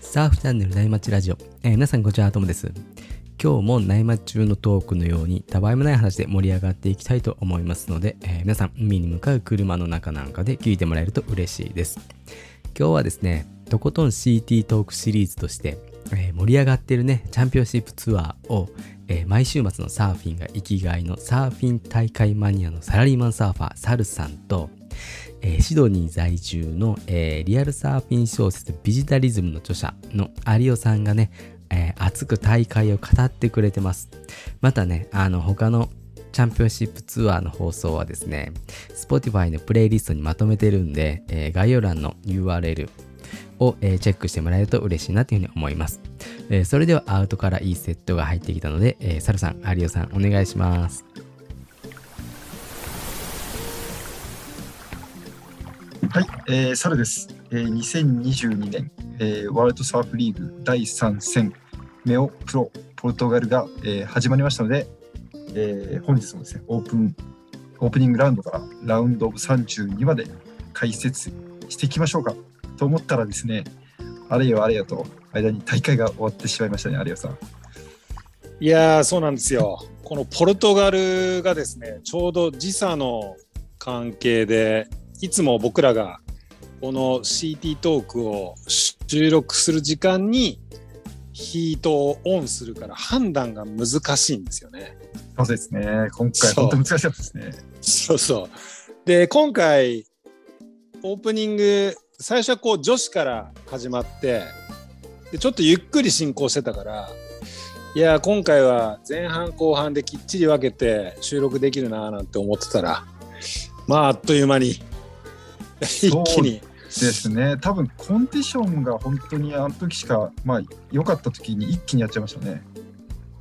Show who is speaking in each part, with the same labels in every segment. Speaker 1: サーフチャンネル内町ラジオ、えー皆さんこんにちはともです今日も内町中のトークのようにたわいもない話で盛り上がっていきたいと思いますので、えー皆さん海に向かう車の中なんかで聞いてもらえると嬉しいです今日はですねとことん CT トークシリーズとして、えー盛り上がってるねチャンピオンシップツアーを、えー毎週末のサーフィンが生きがいのサーフィン大会マニアのサラリーマンサーファーサルさんとえーシドニー在住の、えーリアルサーフィン小説ビジタリズムの著者の有オさんがね、えー熱く大会を語ってくれてます。またね、あの他のチャンピオンシップツアーの放送はですね、Spotify のプレイリストにまとめてるんで、えー概要欄の URL を、えーチェックしてもらえると嬉しいなというふうに思います。えーそれではアウトからいいセットが入ってきたので、えーサルさん、有オさんお願いします。
Speaker 2: はい、えー、サルです。えー、2022年、えーワールドサーフリーグ第3戦、メオプロポルトガルが、えー始まりましたので、えー本日もですね、オープン、オープニングラウンドからラウンドオブ32まで解説していきましょうかと思ったらですね、あれよあれよと、間に大会が終わってしまいましたね、有吉さん。
Speaker 3: いやーそうなんですよ、このポルトガルがですねちょうど時差の関係で、いつも僕らがこの CT トークを収録する時間にヒートをオンするから判断が難しいんですよね。
Speaker 2: そうですね、今回
Speaker 3: そう
Speaker 2: 本当難しかったですね。
Speaker 3: そうそうで今回オープニング最初はこう女子から始まってでちょっとゆっくり進行してたからいやー今回は前半後半できっちり分けて収録できるなーなんて思ってたらまああっという間に 一気に
Speaker 2: ですね、多分コンディションが本当にあの時しか、まあ、良かった時に一気にやっちゃいましたね。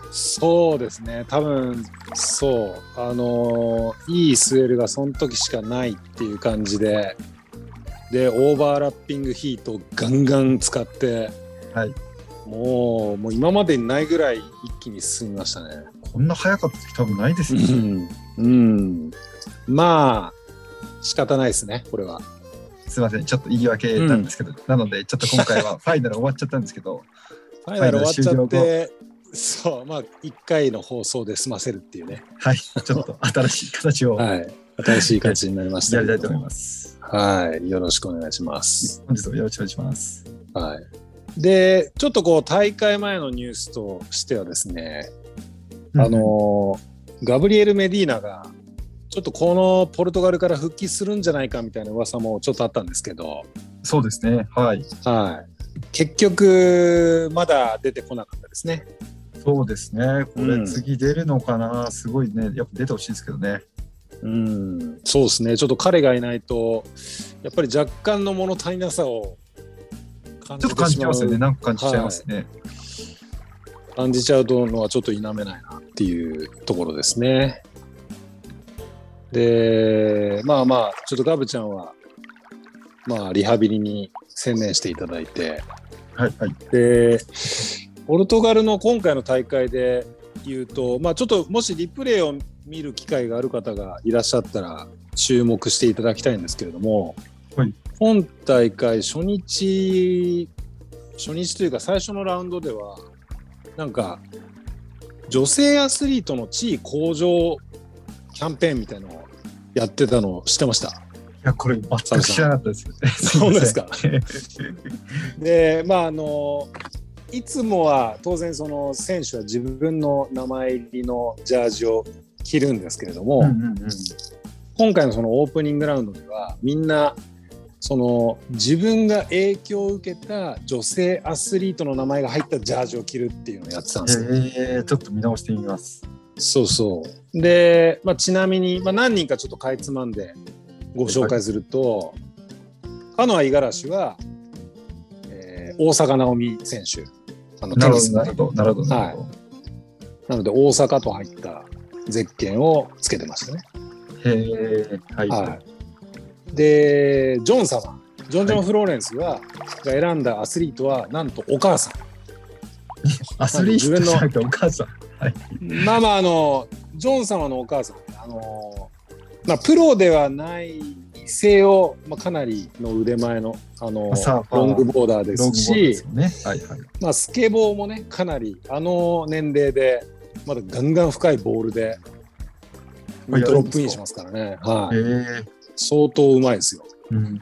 Speaker 3: そうですね多分そうあのーいいスウェルがその時しかないっていう感じででオーバーラッピングヒートをガンガン使って、
Speaker 2: はい
Speaker 3: もうもう今までにないぐらい一気に進みましたね。
Speaker 2: こんな早かった時多分ないです
Speaker 3: う
Speaker 2: ね。
Speaker 3: ん、うん、まあ仕方ないですねこれは。
Speaker 2: すみません、ちょっと言い訳なんですけど、なので、ちょっと今回はファイナル終わっちゃったんですけ ど、
Speaker 3: ファイナル終わっちゃってそうまあ1回の放送で済ませるっていうね、
Speaker 2: はい、ちょっと新しい形をや
Speaker 3: はい、新しい感じになりました
Speaker 2: りた
Speaker 3: けど
Speaker 2: いと思います。
Speaker 3: はいよろしくお願いします。
Speaker 2: 本日もよろしくお願いします。
Speaker 3: はい、でちょっとこう大会前のニュースとしてはですね、あのガブリエル・メディーナがちょっとこのポルトガルから復帰するんじゃないかみたいな噂もちょっとあったんですけど、
Speaker 2: そうですね、はい、
Speaker 3: はい、結局まだ出てこなかったですね。
Speaker 2: そうですね、こ
Speaker 3: う
Speaker 2: れ
Speaker 3: ん
Speaker 2: 次出るのかな、すごいね、やっぱ出てほしいですけどね。
Speaker 3: うんそうですねちょっと彼がいないとやっぱり若干の物足りなさを感
Speaker 2: ちょ
Speaker 3: じ
Speaker 2: っと感
Speaker 3: て
Speaker 2: じ
Speaker 3: してまう
Speaker 2: ますよね、なんか感じちゃいますね。
Speaker 3: 感じちゃうのはちょっと否めないなっていうところですね。で、まあまあ、ちょっとガブちゃんは、まあ、リハビリに専念していただいて、
Speaker 2: はい、はい、
Speaker 3: で、ポルトガルの今回の大会で言うと、まあ、ちょっともしリプレイを見る機会がある方がいらっしゃったら、注目していただきたいんですけれども、
Speaker 2: はい
Speaker 3: 本大会初日、初日というか最初のラウンドでは、なんか、女性アスリートの地位向上キャンペーンみたいなのをやってたのを知ってました。
Speaker 2: いや、これ全く知らなかったです。
Speaker 3: そうですか
Speaker 2: すいません。
Speaker 3: でまああのいつもは当然その選手は自分の名前入りのジャージを着るんですけれども、
Speaker 2: うんうんうん
Speaker 3: 今回のそのオープニングラウンドではみんなその自分が影響を受けた女性アスリートの名前が入ったジャージを着るっていうのをやってたんですよ。
Speaker 2: えー、ちょっと見直してみます。
Speaker 3: そうそう。で、まあ、ちなみに、まあ、何人かちょっとかいつまんでご紹介すると、カノア五十嵐は、えー大坂なおみ選手。あの
Speaker 2: な
Speaker 3: テ
Speaker 2: る
Speaker 3: ニ
Speaker 2: ほ
Speaker 3: ス
Speaker 2: ど、な
Speaker 3: のね
Speaker 2: るほど、なるほど。なるほど
Speaker 3: なので大阪と入ったゼッケンをつけてましたね。
Speaker 2: へーはい、はい。
Speaker 3: い、でジョン様ジョン・ジョン・フローレンスは、が選んだアスリートはなんとお母さ
Speaker 2: アスリートじゃなくてお母さん。
Speaker 3: ん。まあまああのジョン様のお母さんあの、まあ、プロではない性を、まあ、かなりの腕前のあの
Speaker 2: サーファー
Speaker 3: ロングボーダーで
Speaker 2: ロン
Speaker 3: す
Speaker 2: グボードで
Speaker 3: し
Speaker 2: す、よね。はいはい。
Speaker 3: まあ、スケボーもねかなりあの年齢でまだガンガン深いボールで
Speaker 2: あや
Speaker 3: ド
Speaker 2: る
Speaker 3: ロ
Speaker 2: んですか
Speaker 3: ップインしますからね、はい
Speaker 2: ええ
Speaker 3: 相当うまいですよ。
Speaker 2: うんうんうん。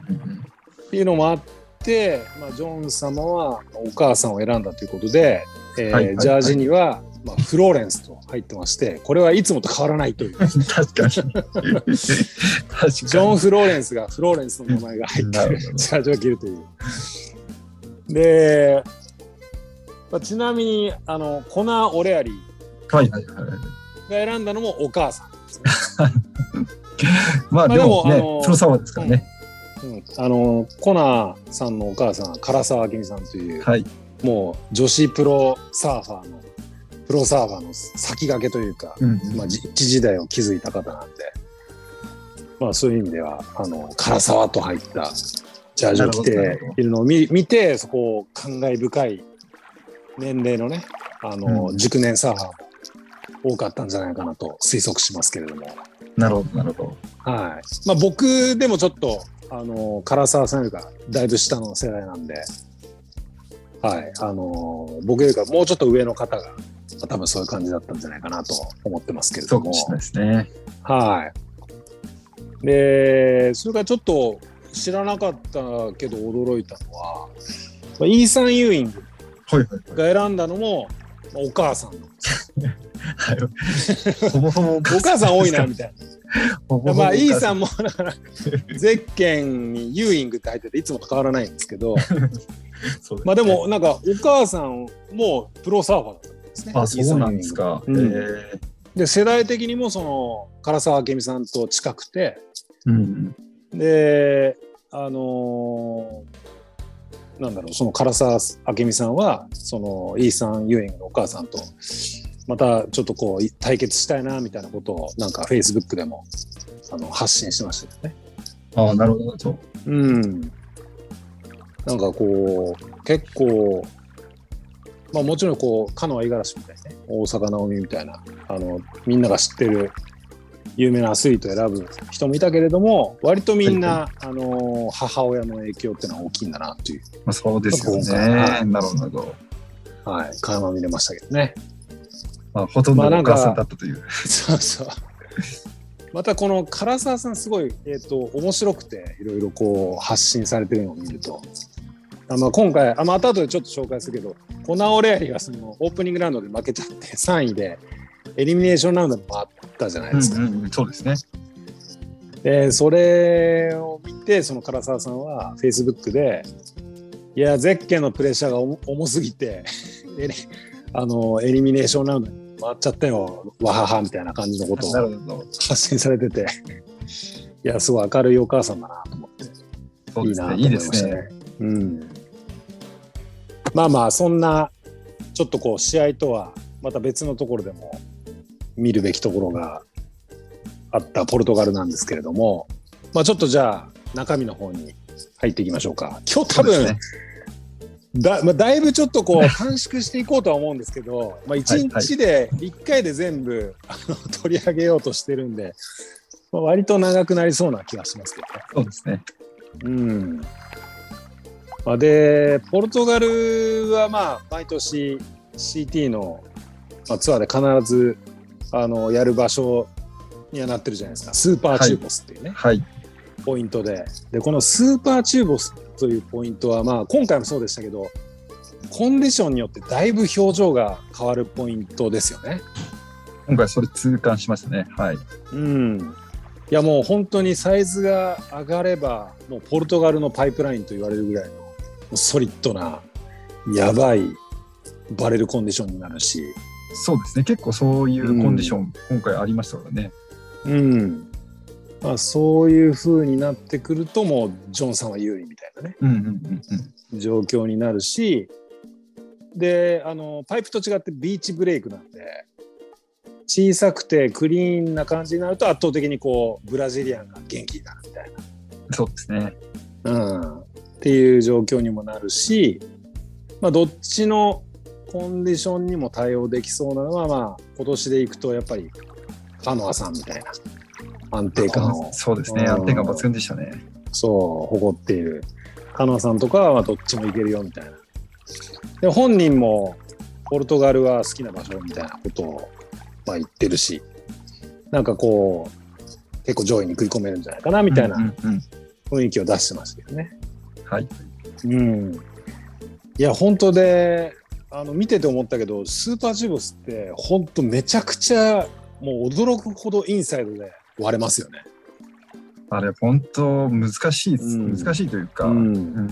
Speaker 3: っていうのもあって、まあ、ジョン様はお母さんを選んだということで、えー
Speaker 2: はいはいはい
Speaker 3: ジャージには、まあ、フローレンスと入ってましてこれはいつもと変わらない という
Speaker 2: 確かに。確かに。
Speaker 3: ジョン・フローレンスがフローレンスの名前が入っ
Speaker 2: な
Speaker 3: て
Speaker 2: る
Speaker 3: る
Speaker 2: ほど
Speaker 3: ジャージを着るという。で、まあ、ちなみにあのコナー・オレアリー
Speaker 2: はいはいはい。
Speaker 3: が選んだのもお母さんですね。
Speaker 2: まあ
Speaker 3: まあ
Speaker 2: でもね、
Speaker 3: でもあの
Speaker 2: プロサワーですからね。
Speaker 3: うん、あのコナーさんのお母さん唐沢明美さんという、
Speaker 2: はい。
Speaker 3: もう女子プロサーファーのプロサーファーの先駆けというか、
Speaker 2: うん
Speaker 3: まあ、じ一時代を築いた方なんで、まあ、そういう意味ではあの唐沢と入ったジャージを着
Speaker 2: なるほどなる
Speaker 3: て
Speaker 2: ほど
Speaker 3: いるのを見見てそこを感慨深い年齢のねあの、
Speaker 2: うん
Speaker 3: 熟年サーファーも多かったんじゃないかなと推測しますけれども。
Speaker 2: なるほどなるほど。
Speaker 3: はい。まあ僕でもちょっと、あの、唐沢さんよりか、だいぶ下の世代なんで、はい。あの、僕よりかもうちょっと上の方が、まあ多分そういう感じだったんじゃないかなと思ってますけれ
Speaker 2: そう
Speaker 3: ど
Speaker 2: か
Speaker 3: も。
Speaker 2: もしれないですね。
Speaker 3: はい。で、それからちょっと知らなかったけど驚いたのは、まあイーサン・ユーイング
Speaker 2: はいはいはい。
Speaker 3: が選んだのも、まあお母さんの。
Speaker 2: はい、 ほぼほぼお
Speaker 3: お母さん多いな、みたいな。
Speaker 2: ほ ぼほぼお母
Speaker 3: まあ、イーさ
Speaker 2: ん。
Speaker 3: んもだからゼッケンにユーイングって入ってていつもと変わらないんですけど、
Speaker 2: そうすね
Speaker 3: まあで。もなんかお母さんもプロサーファーだったんですね。
Speaker 2: あ、そうなんですか。
Speaker 3: うん
Speaker 2: ええ
Speaker 3: で世代的にもその唐沢明美さんと近くて
Speaker 2: うん
Speaker 3: であのーなんだろうその唐沢明美さんはそのイーサン・ユーイングのお母さんとまたちょっとこう対決したいなみたいなことをなんかフェイスブックでもあの発信してましたよね。
Speaker 2: うん。あ、なるほど。そう。
Speaker 3: うん。なんかこう、結構、まあもちろんこう、カノア五十嵐みたいなね、大阪直美みたいな、あの、みんなが知ってる有名なアスリートを選ぶ人もいたけれども、割とみんな、あの、母親の影響っていうのは大きいんだなっていう、
Speaker 2: まあ、そうですよね。
Speaker 3: そうか
Speaker 2: なるほどなるほど。
Speaker 3: はい、垣間見れましたけどね。
Speaker 2: まあ、ほとんど
Speaker 3: まあな
Speaker 2: お
Speaker 3: んか
Speaker 2: 母さんだったという。
Speaker 3: そうそう。またこの唐沢さんすごい、えー、と面白くていろいろこう発信されてるのを見るとあ、まあ、今回あ、まあ後でちょっと紹介するけどコナー・オレアリがそのオープニングラウンドで負けちゃって3位でエリミネーションラウンドもあったじゃないですか。
Speaker 2: うんうんうん、そうですね。
Speaker 3: でそれを見てその唐沢さんはフェイスブックで「いやゼッケンのプレッシャーが重重すぎて エリあのエリミネーションラウンドに回っちゃったよわはは」みたいな感じのことを
Speaker 2: なるほど。
Speaker 3: 発信されてて、いや、すごい明るいお母さんだなと思って、
Speaker 2: そう
Speaker 3: い
Speaker 2: で
Speaker 3: い
Speaker 2: す
Speaker 3: な
Speaker 2: ね。
Speaker 3: と
Speaker 2: い
Speaker 3: 思
Speaker 2: い
Speaker 3: い
Speaker 2: で
Speaker 3: ますしたね
Speaker 2: ね。。
Speaker 3: うん、まあまあ、そんな、ちょっとこう、試合とは、また別のところでも見るべきところがあったポルトガルなんですけれども、まあちょっとじゃあ、中身の方に入っていきましょうか。今日多
Speaker 2: そう
Speaker 3: 分、
Speaker 2: ですね
Speaker 3: だまあ、だいぶちょっとこう短縮していこうとは思うんですけど、まあ、1日で1回で全部あの取り上げようとしてるんで、まあ、割と長くなりそうな気がしますけ
Speaker 2: そうですね。
Speaker 3: どね。うんまあ、でポルトガルはまあ毎年 CT の、まあ、ツアーで必ずあのやる場所にはなってるじゃないですかスーパーチューボスっていうね。
Speaker 2: はい。
Speaker 3: ポイントででこのスーパーチューボスというポイントは、まあ、今回もそうでしたけどコンディションによってだいぶ表情が変わるポイントですよね。
Speaker 2: 今回それ痛感しましたね。はい。
Speaker 3: うんいやもう本当にサイズが上がればもうポルトガルのパイプラインと言われるぐらいのもうソリッドなやばいバレルコンディションになるし、
Speaker 2: そうですね。結構そういうコンディション、今回ありましたからね。
Speaker 3: うんまあ、そういう風になってくるともうジョンさんは有利みたいなね
Speaker 2: うんうんうんうん。
Speaker 3: 状況になるしであのパイプと違ってビーチブレイクなんで小さくてクリーンな感じになると圧倒的にこうブラジリアンが元気になるみたい
Speaker 2: そうですね。
Speaker 3: な、うん、っていう状況にもなるし、まあ、どっちのコンディションにも対応できそうなのは、まあ、今年でいくとやっぱりカノアさんみたいな安定感を
Speaker 2: そうですね、
Speaker 3: うん
Speaker 2: 安定感抜群でしたね。
Speaker 3: そう誇っているカノアさんとかはまあどっちもいけるよみたいなで本人もポルトガルは好きな場所みたいなことをまあ言ってるしなんかこう結構上位に食い込めるんじゃないかなみたい
Speaker 2: うん
Speaker 3: な
Speaker 2: うんうん
Speaker 3: 雰囲気を出してましたけどね。
Speaker 2: はい。
Speaker 3: うん、いや本当であの見てて思ったけどスーパージュボスって本当めちゃくちゃもう驚くほどインサイドで割れますよね。
Speaker 2: あれ、本当難しいです、
Speaker 3: うん
Speaker 2: 難しいというか、
Speaker 3: うん
Speaker 2: うん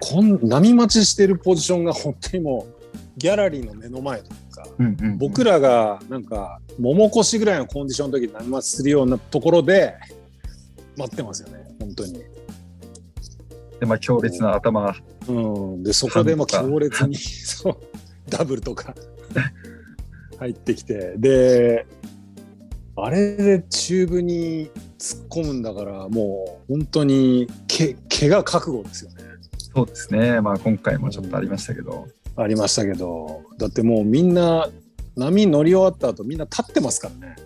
Speaker 3: こん波待ちしてるポジションが本当にもうギャラリーの目の前というか
Speaker 2: うんうん
Speaker 3: 僕らがなんか桃腰ぐらいのコンディションの時に波待ちするようなところで待ってますよね本当に。
Speaker 2: で、まあ、強烈な頭、
Speaker 3: うん、でそこでもう
Speaker 2: ハンド
Speaker 3: 強烈に そうダブルとか入ってきてであれでチューブに突っ込むんだからもう本当にけ怪我覚悟ですよね
Speaker 2: そうですね、まあ、今回もちょっとありましたけど、
Speaker 3: ありましたけどだってもうみんな波乗り終わった後みんな立ってますからね、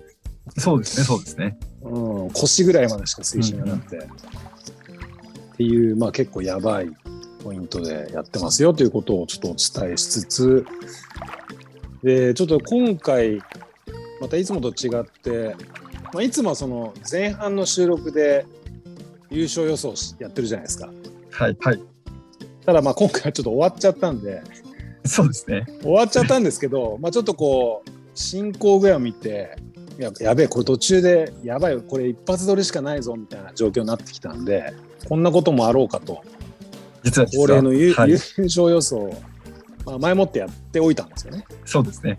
Speaker 2: そうですね、そうですね。
Speaker 3: うん、腰ぐらいまでしか水深がなくて、っていう、まあ、結構やばいポイントでやってますよということをちょっとお伝えしつつでちょっと今回またいつもと違って、まあ、いつもはその前半の収録で優勝予想しやってるじゃないですか
Speaker 2: はい、はい。
Speaker 3: ただまあ今回はちょっと終わっちゃったんで
Speaker 2: そうですね。
Speaker 3: 終わっちゃったんですけどまあちょっとこう進行具合を見ていややべえこれ途中でやばいよこれ一発撮りしかないぞみたいな状況になってきたんでこんなこともあろうかと
Speaker 2: 実は実
Speaker 3: 恒
Speaker 2: は
Speaker 3: 例のゆ、
Speaker 2: はい
Speaker 3: 優、勝予想を、まあ、前もってやっておいたんですよね。
Speaker 2: そうですね。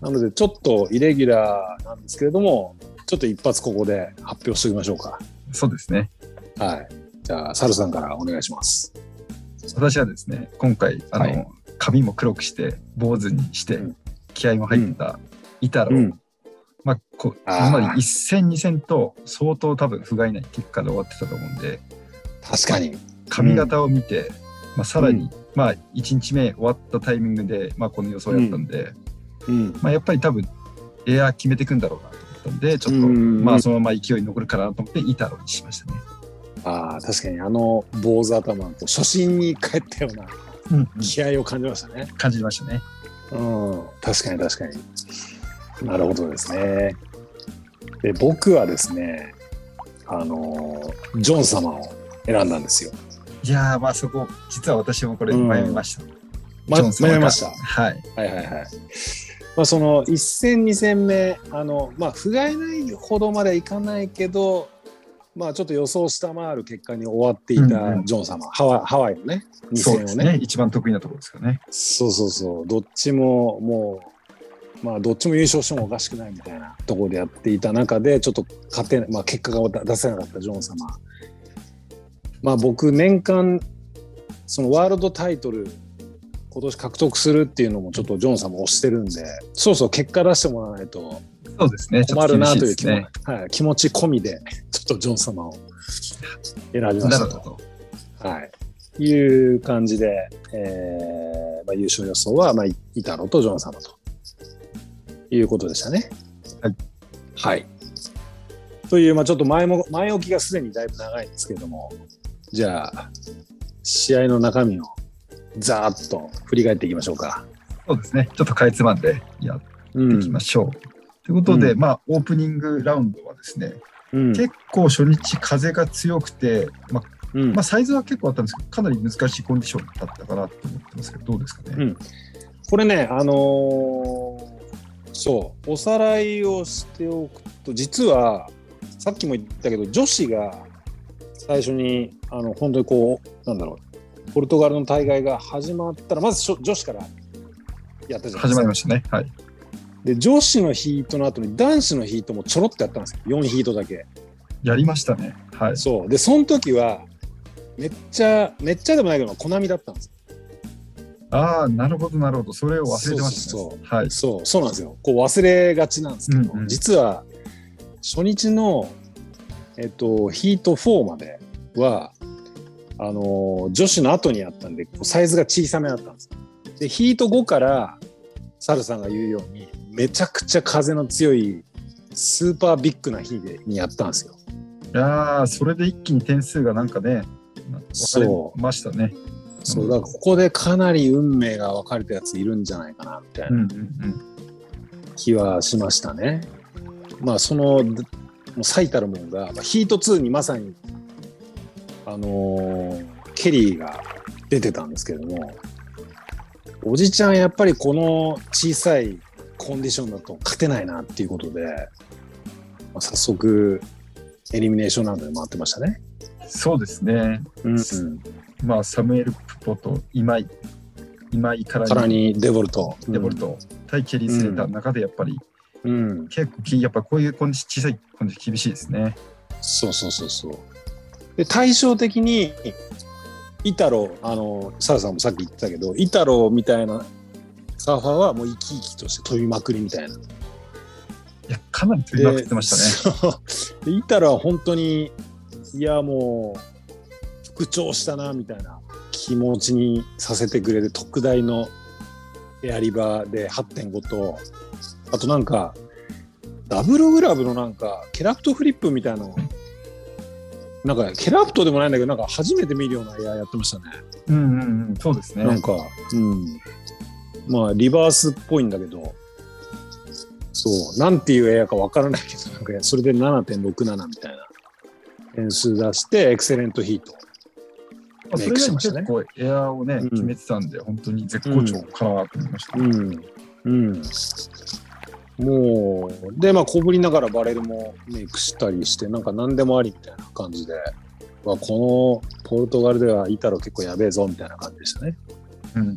Speaker 3: なのでちょっとイレギュラーなんですけれどもちょっと一発ここで発表しておきましょうか。
Speaker 2: そうですね。
Speaker 3: はいじゃあサルさんからお願いします。
Speaker 2: 私はですね、今回、あの、
Speaker 3: はい
Speaker 2: 髪も黒くして、坊主にして、
Speaker 3: うん
Speaker 2: 気合も入った、イタロ、
Speaker 3: うん
Speaker 2: まあ、こ
Speaker 3: あー
Speaker 2: つまり1戦、2戦と、相当多分、不甲斐ない結果で終わってたと思うんで、
Speaker 3: 確かに。
Speaker 2: 髪型を見て、まあ、さらに、
Speaker 3: うん
Speaker 2: まあ、1日目終わったタイミングで、まあ、この予想やったんで、
Speaker 3: うん
Speaker 2: まあ、やっぱり多分、エアー決めていくんだろうなと思ったんで、ちょっと、
Speaker 3: うん
Speaker 2: まあ、そのまま勢いに残るかなと思って、イタロにしましたね。
Speaker 3: ああ確かにあの坊主頭こう初心に帰ったような気合を感じましたね。
Speaker 2: 感じましたね。
Speaker 3: うん、確かに確かに。なるほどですね。で僕はですねあのジョン様を選んだんですよ。
Speaker 2: いやー、まあ、そこ、実は私もこれ、
Speaker 3: うん
Speaker 2: 迷いました。
Speaker 3: ま
Speaker 2: ジョン様
Speaker 3: 迷
Speaker 2: が
Speaker 3: いました。
Speaker 2: はい。
Speaker 3: はいはいはい。まあその1戦2戦目あのまあ不甲斐ないほどまでいかないけど。まあちょっと予想を下回る結果に終わってい
Speaker 2: うんう
Speaker 3: た
Speaker 2: ん
Speaker 3: ジョン様、ハワイハワイのね2
Speaker 2: そう
Speaker 3: 戦
Speaker 2: で
Speaker 3: を
Speaker 2: す
Speaker 3: ね
Speaker 2: ね。一番得意なところですよね。
Speaker 3: そうそうそう、どっちももう、まあ、どっちも優勝してもおかしくないみたいなところでやっていた中で、ちょっと勝てな、まあ、結果が出せなかったジョン様。まあ、僕、年間、そのワールドタイトル、今年獲得するっていうのも、ちょっとジョン様推してるんで、そろそろ結果出してもらわないと
Speaker 2: そうですね。
Speaker 3: 困るなという気,、
Speaker 2: ちょっと厳し
Speaker 3: はい、気持ち込みで、ちょっとジョン様を選びま
Speaker 2: い
Speaker 3: し
Speaker 2: ですね。
Speaker 3: た
Speaker 2: な
Speaker 3: と
Speaker 2: る。ほど。
Speaker 3: はい、いう感じで、えーまあ、優勝予想は、まあ、イイタロとジョン様ということでしたね。
Speaker 2: はい、
Speaker 3: はい、という、まあ、ちょっと前も前置きがすでにだいぶ長いんですけれどもじゃあ試合の中身をざーっと振り返っていきましょうか。
Speaker 2: そうですね。ちょっとかいつまんでやっ
Speaker 3: う
Speaker 2: ていきましょう。ということで、
Speaker 3: う
Speaker 2: まあ、オープニングラウンドはですね、
Speaker 3: うん
Speaker 2: 結構初日風が強くて、まあ、
Speaker 3: うん
Speaker 2: まあ、サイズは結構あったんですけど、かなり難しいコンディションだったかなと思ってますけど、どうですかね。
Speaker 3: これね、あのーそう、おさらいをしておくと、実は、さっきも言ったけど、女子が最初に、あの本当にこう、なんだろう、ポルトガルの大会が始まったら、まずしょ女子からやったじゃないで
Speaker 2: 始
Speaker 3: す
Speaker 2: まり
Speaker 3: か。
Speaker 2: ましたね。はい。
Speaker 3: で、女子のヒートの後に男子のヒートもちょろっとやったんですよ、4ヒートだけ。
Speaker 2: やりましたね。はい。
Speaker 3: そう、で、その時は、めっちゃ、めっちゃでもないけど、コナミだったんですよ。
Speaker 2: ああ、なるほど、なるほど。それを忘れてましたね。
Speaker 3: そうそう
Speaker 2: はい。
Speaker 3: そうそうなんですよこう忘れがちなんですけど、
Speaker 2: うんうん
Speaker 3: 実は初日の、えっと、ヒート4まではあのー女子の後にあったんでこうサイズが小さめだったんですでヒート5からサルさんが言うようにめちゃくちゃ風の強いスーパービッグな日でにやったんですよ。
Speaker 2: いやーそれで一気に点数がなんかね、分かれ
Speaker 3: そう
Speaker 2: ましたね。
Speaker 3: そうだからここでかなり運命が分かれたやついるんじゃないかなみたい
Speaker 2: うん
Speaker 3: な
Speaker 2: うんうん。
Speaker 3: 気はしましたね。まあそのもう最たるもんが、まあ、ヒート2にまさにあのーケリーが出てたんですけどもおじちゃんやっぱりこの小さいコンディションだと勝てないなっていうことで、まあ、早速エリミネーションラウンドで回ってましたね。
Speaker 2: そうですね。
Speaker 3: うん
Speaker 2: まあ、サムエル・プポと今井、今井か
Speaker 3: からら
Speaker 2: に
Speaker 3: にデボルト。
Speaker 2: デボルト、対ケリー・スレーターの中でやっぱり、
Speaker 3: うん、
Speaker 2: 結構き、やっぱこういうコンディ小さいコンディ厳しいですね。
Speaker 3: そうそうそうそう。で対照的にイタロあのサラさんもさっき言ってたけどイタロみたいなサーファーはもう生き生きとして飛びまくりみたいな。
Speaker 2: いや、かなり飛びまくってましたね。
Speaker 3: ね。そうでイタロは本当にいやもう復調したなみたいな気持ちにさせてくれて特大のエアリバーで8.5とあとなんかダブルグラブのなんかケラプトフリップみたいなのなんかケラプトでもないんだけどなんか初めて見るようなエアやってましたね。
Speaker 2: うんうんうん、そうですね。
Speaker 3: なんか、うん。まあ、リバースっぽいんだけど、そう、なんていうエアかわからないけど、なんかそれで7.67みたいな点数出して、エクセレントヒート。
Speaker 2: まあ、それ以外に結構エアをね、
Speaker 3: うん
Speaker 2: 決めてたんで、本当に絶好調かなと思いました。
Speaker 3: うん。うん。もう、で、まあ、小ぶりながらバレルもメイクしたりして、なんか何でもありみたいな感じで、まあ、このポルトガルではイタロ結構やべえぞみたいな感じでしたね。
Speaker 2: うん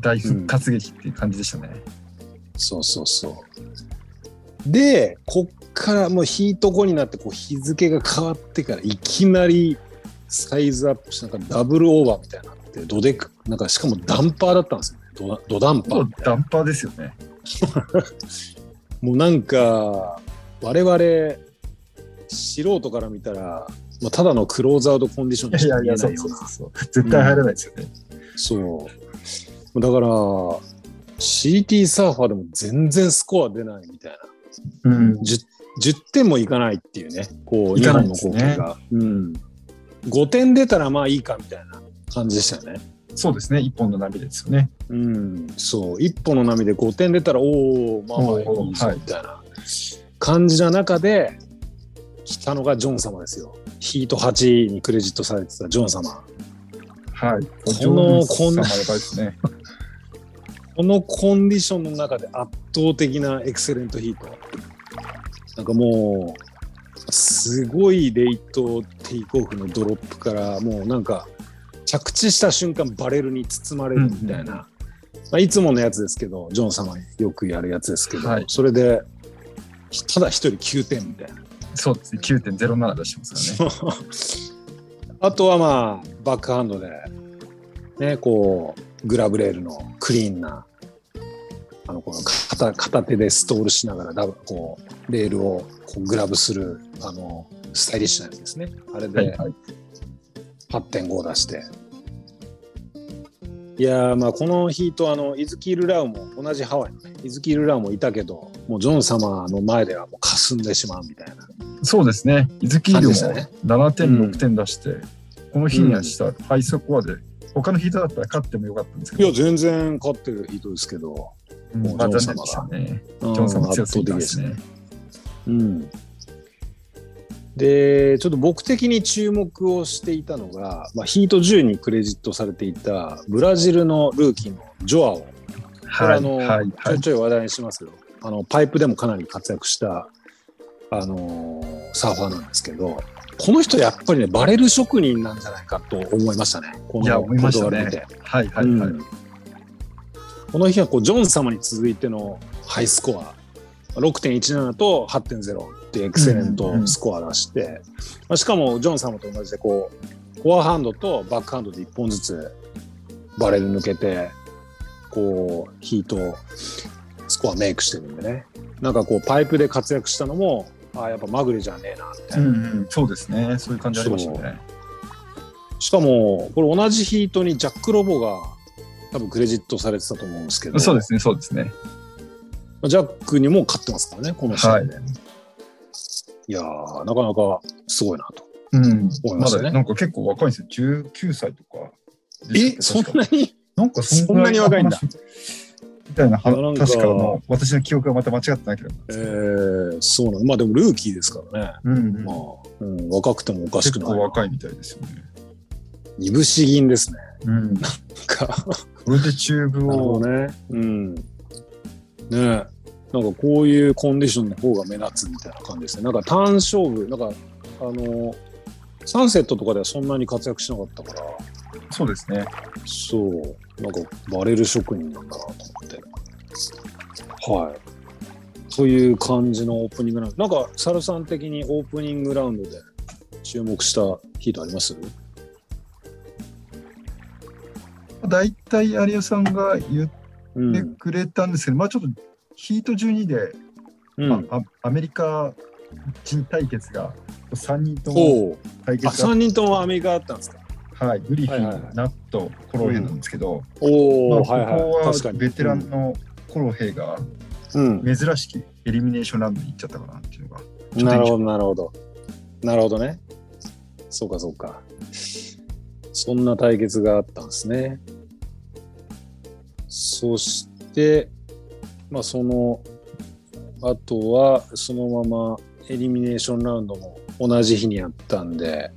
Speaker 2: 大復活劇っていう感じでしたね。
Speaker 3: そうそうそう。で、こっからもうヒート後になってこう日付が変わってからいきなりサイズアップしてなんかダブルオーバーみたいになってどでくなんかしかもダンパーだったんですよね。ドドダンパ
Speaker 2: も
Speaker 3: ー
Speaker 2: う
Speaker 3: みたいな
Speaker 2: ダンパーですよね。
Speaker 3: もうなんか我々素人から見たら、まあ、ただのクローズアウトコンディションにしか見えないような
Speaker 2: そう。絶対入らないですよね。
Speaker 3: そう。だから、CT サーファーでも全然スコア出ないみたいな。
Speaker 2: うん。
Speaker 3: 10, 10点もいかないっていうね、こう、
Speaker 2: い
Speaker 3: 日
Speaker 2: かないで
Speaker 3: 本の
Speaker 2: す
Speaker 3: 貢
Speaker 2: ね
Speaker 3: 献が、うん。5点出たらまあいいかみたいな感じでしたよね。
Speaker 2: そうですね。一本の波ですよね。
Speaker 3: うん、そう、一歩の波で5点出たら、おお、まあまあ
Speaker 2: おー
Speaker 3: いいぞ
Speaker 2: はい
Speaker 3: みたいな感じな中で、来たのがジョン様ですよ。ヒート8にクレジットされてたジョン様。
Speaker 2: はい。
Speaker 3: の
Speaker 2: こんなやばいですね。
Speaker 3: このコンディションの中で圧倒的なエクセレントヒート。なんかもう、すごいレイトテイクオフのドロップから、もうなんか、着地した瞬間バレルに包まれるみたいな、
Speaker 2: うんうん
Speaker 3: まあ、いつものやつですけど、ジョン様よくやるやつですけど、
Speaker 2: はい
Speaker 3: それで、ただ一人9点みたいな。
Speaker 2: そうですね。9.07出してますからね。
Speaker 3: あとはまあ、バックハンドで、ね、こう、グラブレールのクリーンな、あの、この片片手でストールしながらダブ、こう、レールをこうグラブする、あの、スタイリッシュなやつですね。あ
Speaker 2: は
Speaker 3: れ
Speaker 2: い
Speaker 3: で
Speaker 2: はい。
Speaker 3: 8.5出して。いやーまあこのヒートあのイズキール・ラウも同じハワイのねイズキール・ラウもいたけどもうジョン様の前ではもうかすんでしまうみたいな
Speaker 2: そうですね。伊豆キール
Speaker 3: 感じ
Speaker 2: も
Speaker 3: でしたね
Speaker 2: 7点、6点出して、この日にはしたハイソコアで、他のヒートだったら勝ってもよかったんです
Speaker 3: い
Speaker 2: けど
Speaker 3: や、全然勝ってるヒートですけど
Speaker 2: うんまあ残念でしたね。ジ
Speaker 3: ジ
Speaker 2: ョンさんも強すぎたんですね。
Speaker 3: うん、でちょっと僕的に注目をしていたのが、まあ、ヒート10にクレジットされていたブラジルのルーキーのジョアオこれ
Speaker 2: はい
Speaker 3: あの、
Speaker 2: はい
Speaker 3: ち
Speaker 2: は
Speaker 3: ょい
Speaker 2: い。
Speaker 3: ちょい話題にしますけどあのパイプでもかなり活躍した、あのーサーファーなんですけどこの人やっぱりねバレル職人なんじゃないかと思いましたねこの
Speaker 2: いや思いましたね
Speaker 3: ポルトガル見て
Speaker 2: はいはいはい。
Speaker 3: うんこの日はこうジョン様に続いてのハイスコア6.17と8.0っていうエクセレントスコア出して、まあしかもジョン様と同じでこうフォアハンドとバックハンドで1本ずつバレル抜けてこうヒートスコアメイクしてるんでねなんかこうパイプで活躍したのもああやっぱまぐれじゃねえなみたいな
Speaker 2: うんうん、そうですね。そういう感じありましたね。
Speaker 3: しかも、これ同じヒートにジャック・ロボが多分クレジットされてたと思うんですけど、
Speaker 2: そうですね、そうですね。
Speaker 3: ジャックにも勝ってますからね、この試
Speaker 2: は
Speaker 3: 合
Speaker 2: い
Speaker 3: で。。いやー、なかなかすごいなと。
Speaker 2: うん
Speaker 3: 思いま
Speaker 2: ます
Speaker 3: よね
Speaker 2: だなんか結構若いんですよ。19歳とか。
Speaker 3: え、そんなに
Speaker 2: なんかそん
Speaker 3: そんなに若いんだ
Speaker 2: 話みたいな話
Speaker 3: いやなんか
Speaker 2: 確かの私の記憶がまた間違ってなければ。
Speaker 3: えー、そうなの。まあでもルーキーですからね。
Speaker 2: うんうん
Speaker 3: まあ、うん、若くてもおかし
Speaker 2: 結
Speaker 3: く
Speaker 2: 構
Speaker 3: ない。
Speaker 2: 若いみたいですよね。
Speaker 3: いぶし銀ですね。
Speaker 2: うん。
Speaker 3: なんか
Speaker 2: これでチューブ
Speaker 3: なる
Speaker 2: を
Speaker 3: ほどね。うん。ねえなんかこういうコンディションの方が目立つみたいな感じですね。なんか単勝負、なんかあの、サンセットとかではそんなに活躍しなかったから、
Speaker 2: そうですね。
Speaker 3: そう、なんかバレル職人なんだなと思って。はい。という感じのオープニングラウンド。なんか、サルさん的にオープニングラウンドで注目したヒートあります
Speaker 2: 大体有吉さんが言っ
Speaker 3: う
Speaker 2: て
Speaker 3: ん。
Speaker 2: くれたんですけど、まあちょっとヒート12で、
Speaker 3: う
Speaker 2: ま
Speaker 3: ん。
Speaker 2: あ、あアメリカ人対決が3人とも
Speaker 3: おう
Speaker 2: 対
Speaker 3: あ、
Speaker 2: 決が
Speaker 3: 3人ともアメリカだったんですか
Speaker 2: はい、グリフィン、
Speaker 3: はいはいはい
Speaker 2: ナット、コロヘイなんですけど、
Speaker 3: おお、
Speaker 2: まあ、ここ
Speaker 3: はいはい。
Speaker 2: は
Speaker 3: 確かに。
Speaker 2: ベテランのコロヘイが
Speaker 3: うん。
Speaker 2: 珍しきエリミネーションラウンドに行っちゃったかなっていうのが、
Speaker 3: うん。なるほど、なるほど。なるほどね。そうか、そうか。そんな対決があったんですね。そして、まあ、その、あとは、そのままエリミネーションラウンドも同じ日にやったんで、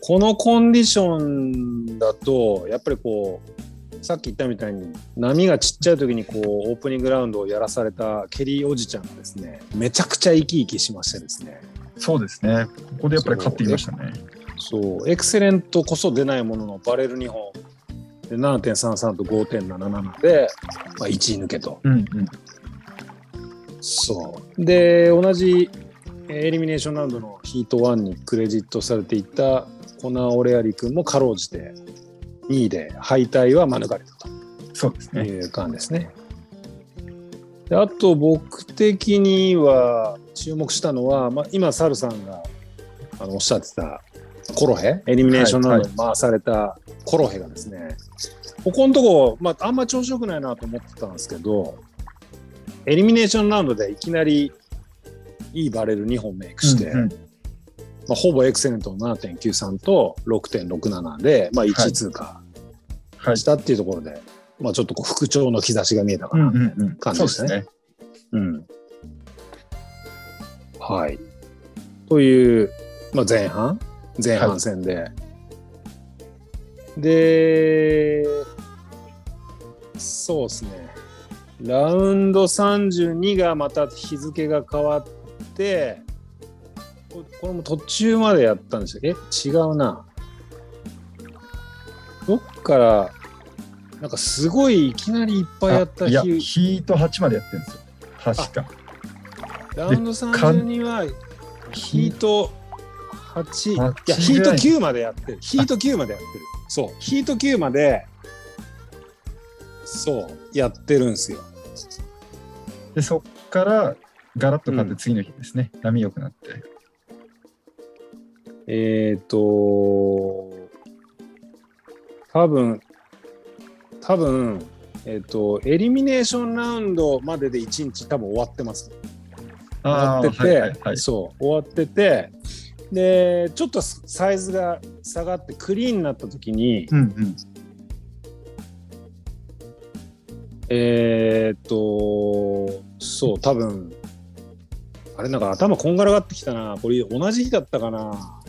Speaker 3: このコンディションだと、やっぱりこう、さっき言ったみたいに、波がちっちゃい時にこう、オープニングラウンドをやらされたケリーおじちゃんがですね、めちゃくちゃ生き生きしましてですね、
Speaker 2: そうですね、ここでやっぱり勝ってきましたね。
Speaker 3: そう、エクセレントこそ出ないもののバレル2本で7.33と5.77で、まあ、1位抜けと。
Speaker 2: うんうん、
Speaker 3: そう。で、同じえーエリミネーションラウンドのヒート1にクレジットされていたコナー・オレアリ君もかろうじて2位で敗退は免れた
Speaker 2: そうです
Speaker 3: と
Speaker 2: ね。
Speaker 3: いう感じですね。であと僕的には注目したのは、まあ、今、サルさんがあのおっしゃってたコロヘ、エリミネーションラウンドに回されたコロヘがですね、ここのとこ、まあ、あんま調子よくないなと思ってたんですけど、エリミネーションラウンドでいきなりいいバレル2本メイクして、
Speaker 2: うんうん
Speaker 3: まあ、ほぼエクセレントの7.93と6.67で、まあ、1
Speaker 2: はい
Speaker 3: 位通過
Speaker 2: はい
Speaker 3: したっていうところで、まあ、ちょっとこう復調の兆しが見えたか
Speaker 2: うん
Speaker 3: な。
Speaker 2: うんうん
Speaker 3: 感じ
Speaker 2: そう
Speaker 3: で
Speaker 2: ですす
Speaker 3: ね
Speaker 2: ね。
Speaker 3: うんはい。という、まあ、前半前半戦で。で、そうですね。ラウンド32がまた日付が変わって、ここれも途中までやったんでしたっけえ違うな。どっから、なんかすごいいきなりいっぱいやった
Speaker 2: あい
Speaker 3: 日
Speaker 2: や、ヒート8までやってるんですよ。確か。
Speaker 3: ラウンド32はヒート8、い
Speaker 2: あ
Speaker 3: や、ヒート
Speaker 2: 違う
Speaker 3: 9までやってる。ヒート9までやってる。そう、ヒート9まで、そう、やってるんですよ。
Speaker 2: で、そっからガラッと変わって次の日ですね。波良くなって。
Speaker 3: えっ、と、多分、多分、えっ、と、エリミネーションラウンドまでで1日多分終わってます。
Speaker 2: あ
Speaker 3: 終
Speaker 2: ー
Speaker 3: わって
Speaker 2: はい
Speaker 3: て、
Speaker 2: はいはい。
Speaker 3: そう終わっててでちょっとサイズが下がってクリーンになった時に、
Speaker 2: うんうん。
Speaker 3: えーっとそう多分あれなんか頭こんがらがってきたなこれ同じ日だったかな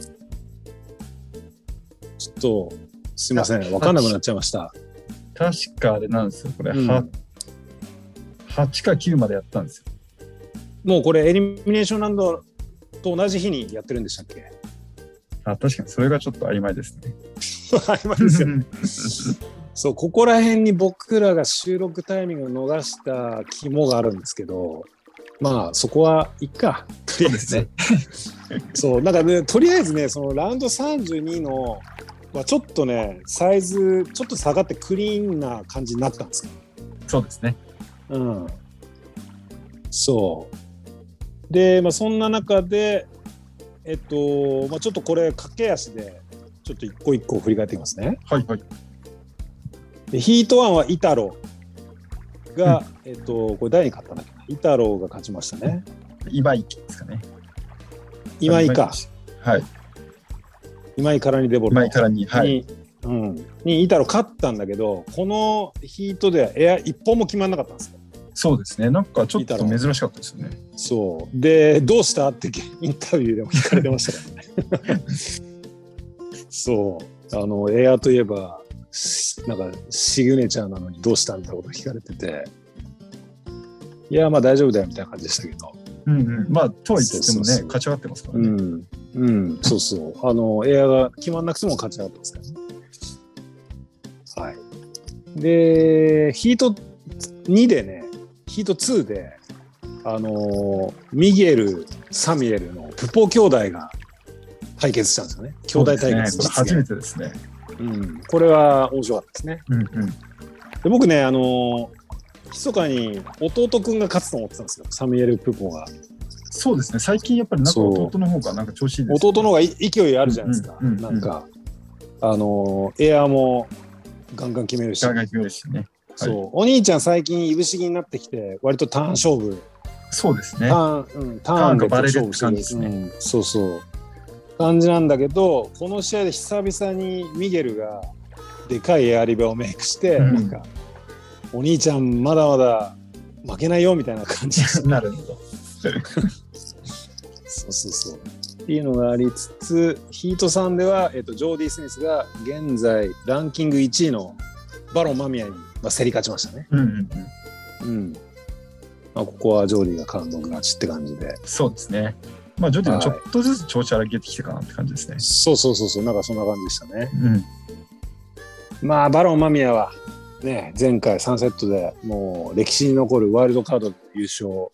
Speaker 3: ちょっとすいません分かんなくなっちゃいました
Speaker 2: 確かあれなんですよ。これ、
Speaker 3: うん
Speaker 2: は8か9までやったんですよ。
Speaker 3: もうこれエリミネーションラウンドと同じ日にやってるんでしたっけ
Speaker 2: あ、確かにそれがちょっと曖昧ですね。
Speaker 3: ありますよねそう、ここら辺に僕らが収録タイミングを逃した肝があるんですけど、まあそこはいっか。とりあえず
Speaker 2: そう。
Speaker 3: そう、なんかね、とりあえずね、そのラウンド32の、まあ、ちょっとね、サイズ、ちょっと下がってクリーンな感じになったんですよ。
Speaker 2: そうですね。
Speaker 3: うん。そう。で、まあそんな中で、えっと、まあちょっとこれ駆け足で、ちょっと一個一個振り返っていきますね。
Speaker 2: はいはい。
Speaker 3: でヒートワンはイタローが、えっと、これ誰に勝ったんだっけなイタローが勝ちましたね。
Speaker 2: 今井ですかね。
Speaker 3: 今井か。
Speaker 2: はい。
Speaker 3: 今井からにデボル
Speaker 2: 今井からに、はい。
Speaker 3: に、うん、にイタロ勝ったんだけど、このヒートではエア一本も決まんなかったんですよ。
Speaker 2: そうですね。なんかちょっ
Speaker 3: いた
Speaker 2: と
Speaker 3: ろ
Speaker 2: 珍しかったですよね。
Speaker 3: そう。で、どうしたってインタビューでも聞かれてましたからね。 そう。あの、エアといえば、しなんかシグネチャーなのにどうしたみたいなこと聞かれてて、いや、まあ大丈夫だよみたいな感じでしたけど。
Speaker 2: うんうん。まあ、とは言って
Speaker 3: そ
Speaker 2: も
Speaker 3: うそう
Speaker 2: ね
Speaker 3: そう、
Speaker 2: 勝ち上がってますから
Speaker 3: う
Speaker 2: ね。
Speaker 3: ん、うん、そうそう。あの、エアが決まんなくても勝ち上がったんですからね。はい。で、ヒート2でね、ヒート2で、あの、ミゲル、サミュエルのプポ兄弟が対決したんですよね。兄弟対決
Speaker 2: そうですねこれ初
Speaker 3: 実現
Speaker 2: めてですね。
Speaker 3: うん。これは面白かったですね。
Speaker 2: うんうん。
Speaker 3: で僕ね、あの、密かに弟くんが勝つと思ってたんですよ。サミュエル・プポが。
Speaker 2: そうですね。最近やっぱりなんか
Speaker 3: そう
Speaker 2: 弟の方がなんか調子いいです、ね。
Speaker 3: 弟の方がい勢いあるじゃないですか。
Speaker 2: うんうんうん
Speaker 3: なんか、あのーエアーもガンガン決めるし、
Speaker 2: が決めるしね。
Speaker 3: そうお兄ちゃん最近いぶしぎになってきて割とターン勝負
Speaker 2: そうです
Speaker 3: タ
Speaker 2: ね。
Speaker 3: ーン、うん、タ
Speaker 2: ター
Speaker 3: ーンで
Speaker 2: ンがバレる
Speaker 3: 勝負して
Speaker 2: 感じですね
Speaker 3: うんそうそう感じなんだけどこの試合で久々にミゲルがでかいエアリベをメイクして、
Speaker 2: うん
Speaker 3: なんかお兄ちゃんまだまだ負けないよみたいな感じが
Speaker 2: なるほど。
Speaker 3: そうそうそう。っていうのがありつつ、ヒートさんでは、えっとジョーディ・スミスが現在ランキング1位のバロン・マミヤに、まあ、競り勝ちましたね。
Speaker 2: うんうんうん。
Speaker 3: うんまあ、ここはジョーディが感動勝ちって感じで。
Speaker 2: そうですね。まあ、ジョディもちょっとずつ調子荒げてきたかなって感じですね。
Speaker 3: そうそうそうそう、なんかそんな感じでしたね。
Speaker 2: うん。
Speaker 3: まあ、バロン・マミヤは、ね、前回3セットでもう歴史に残るワイルドカードで優勝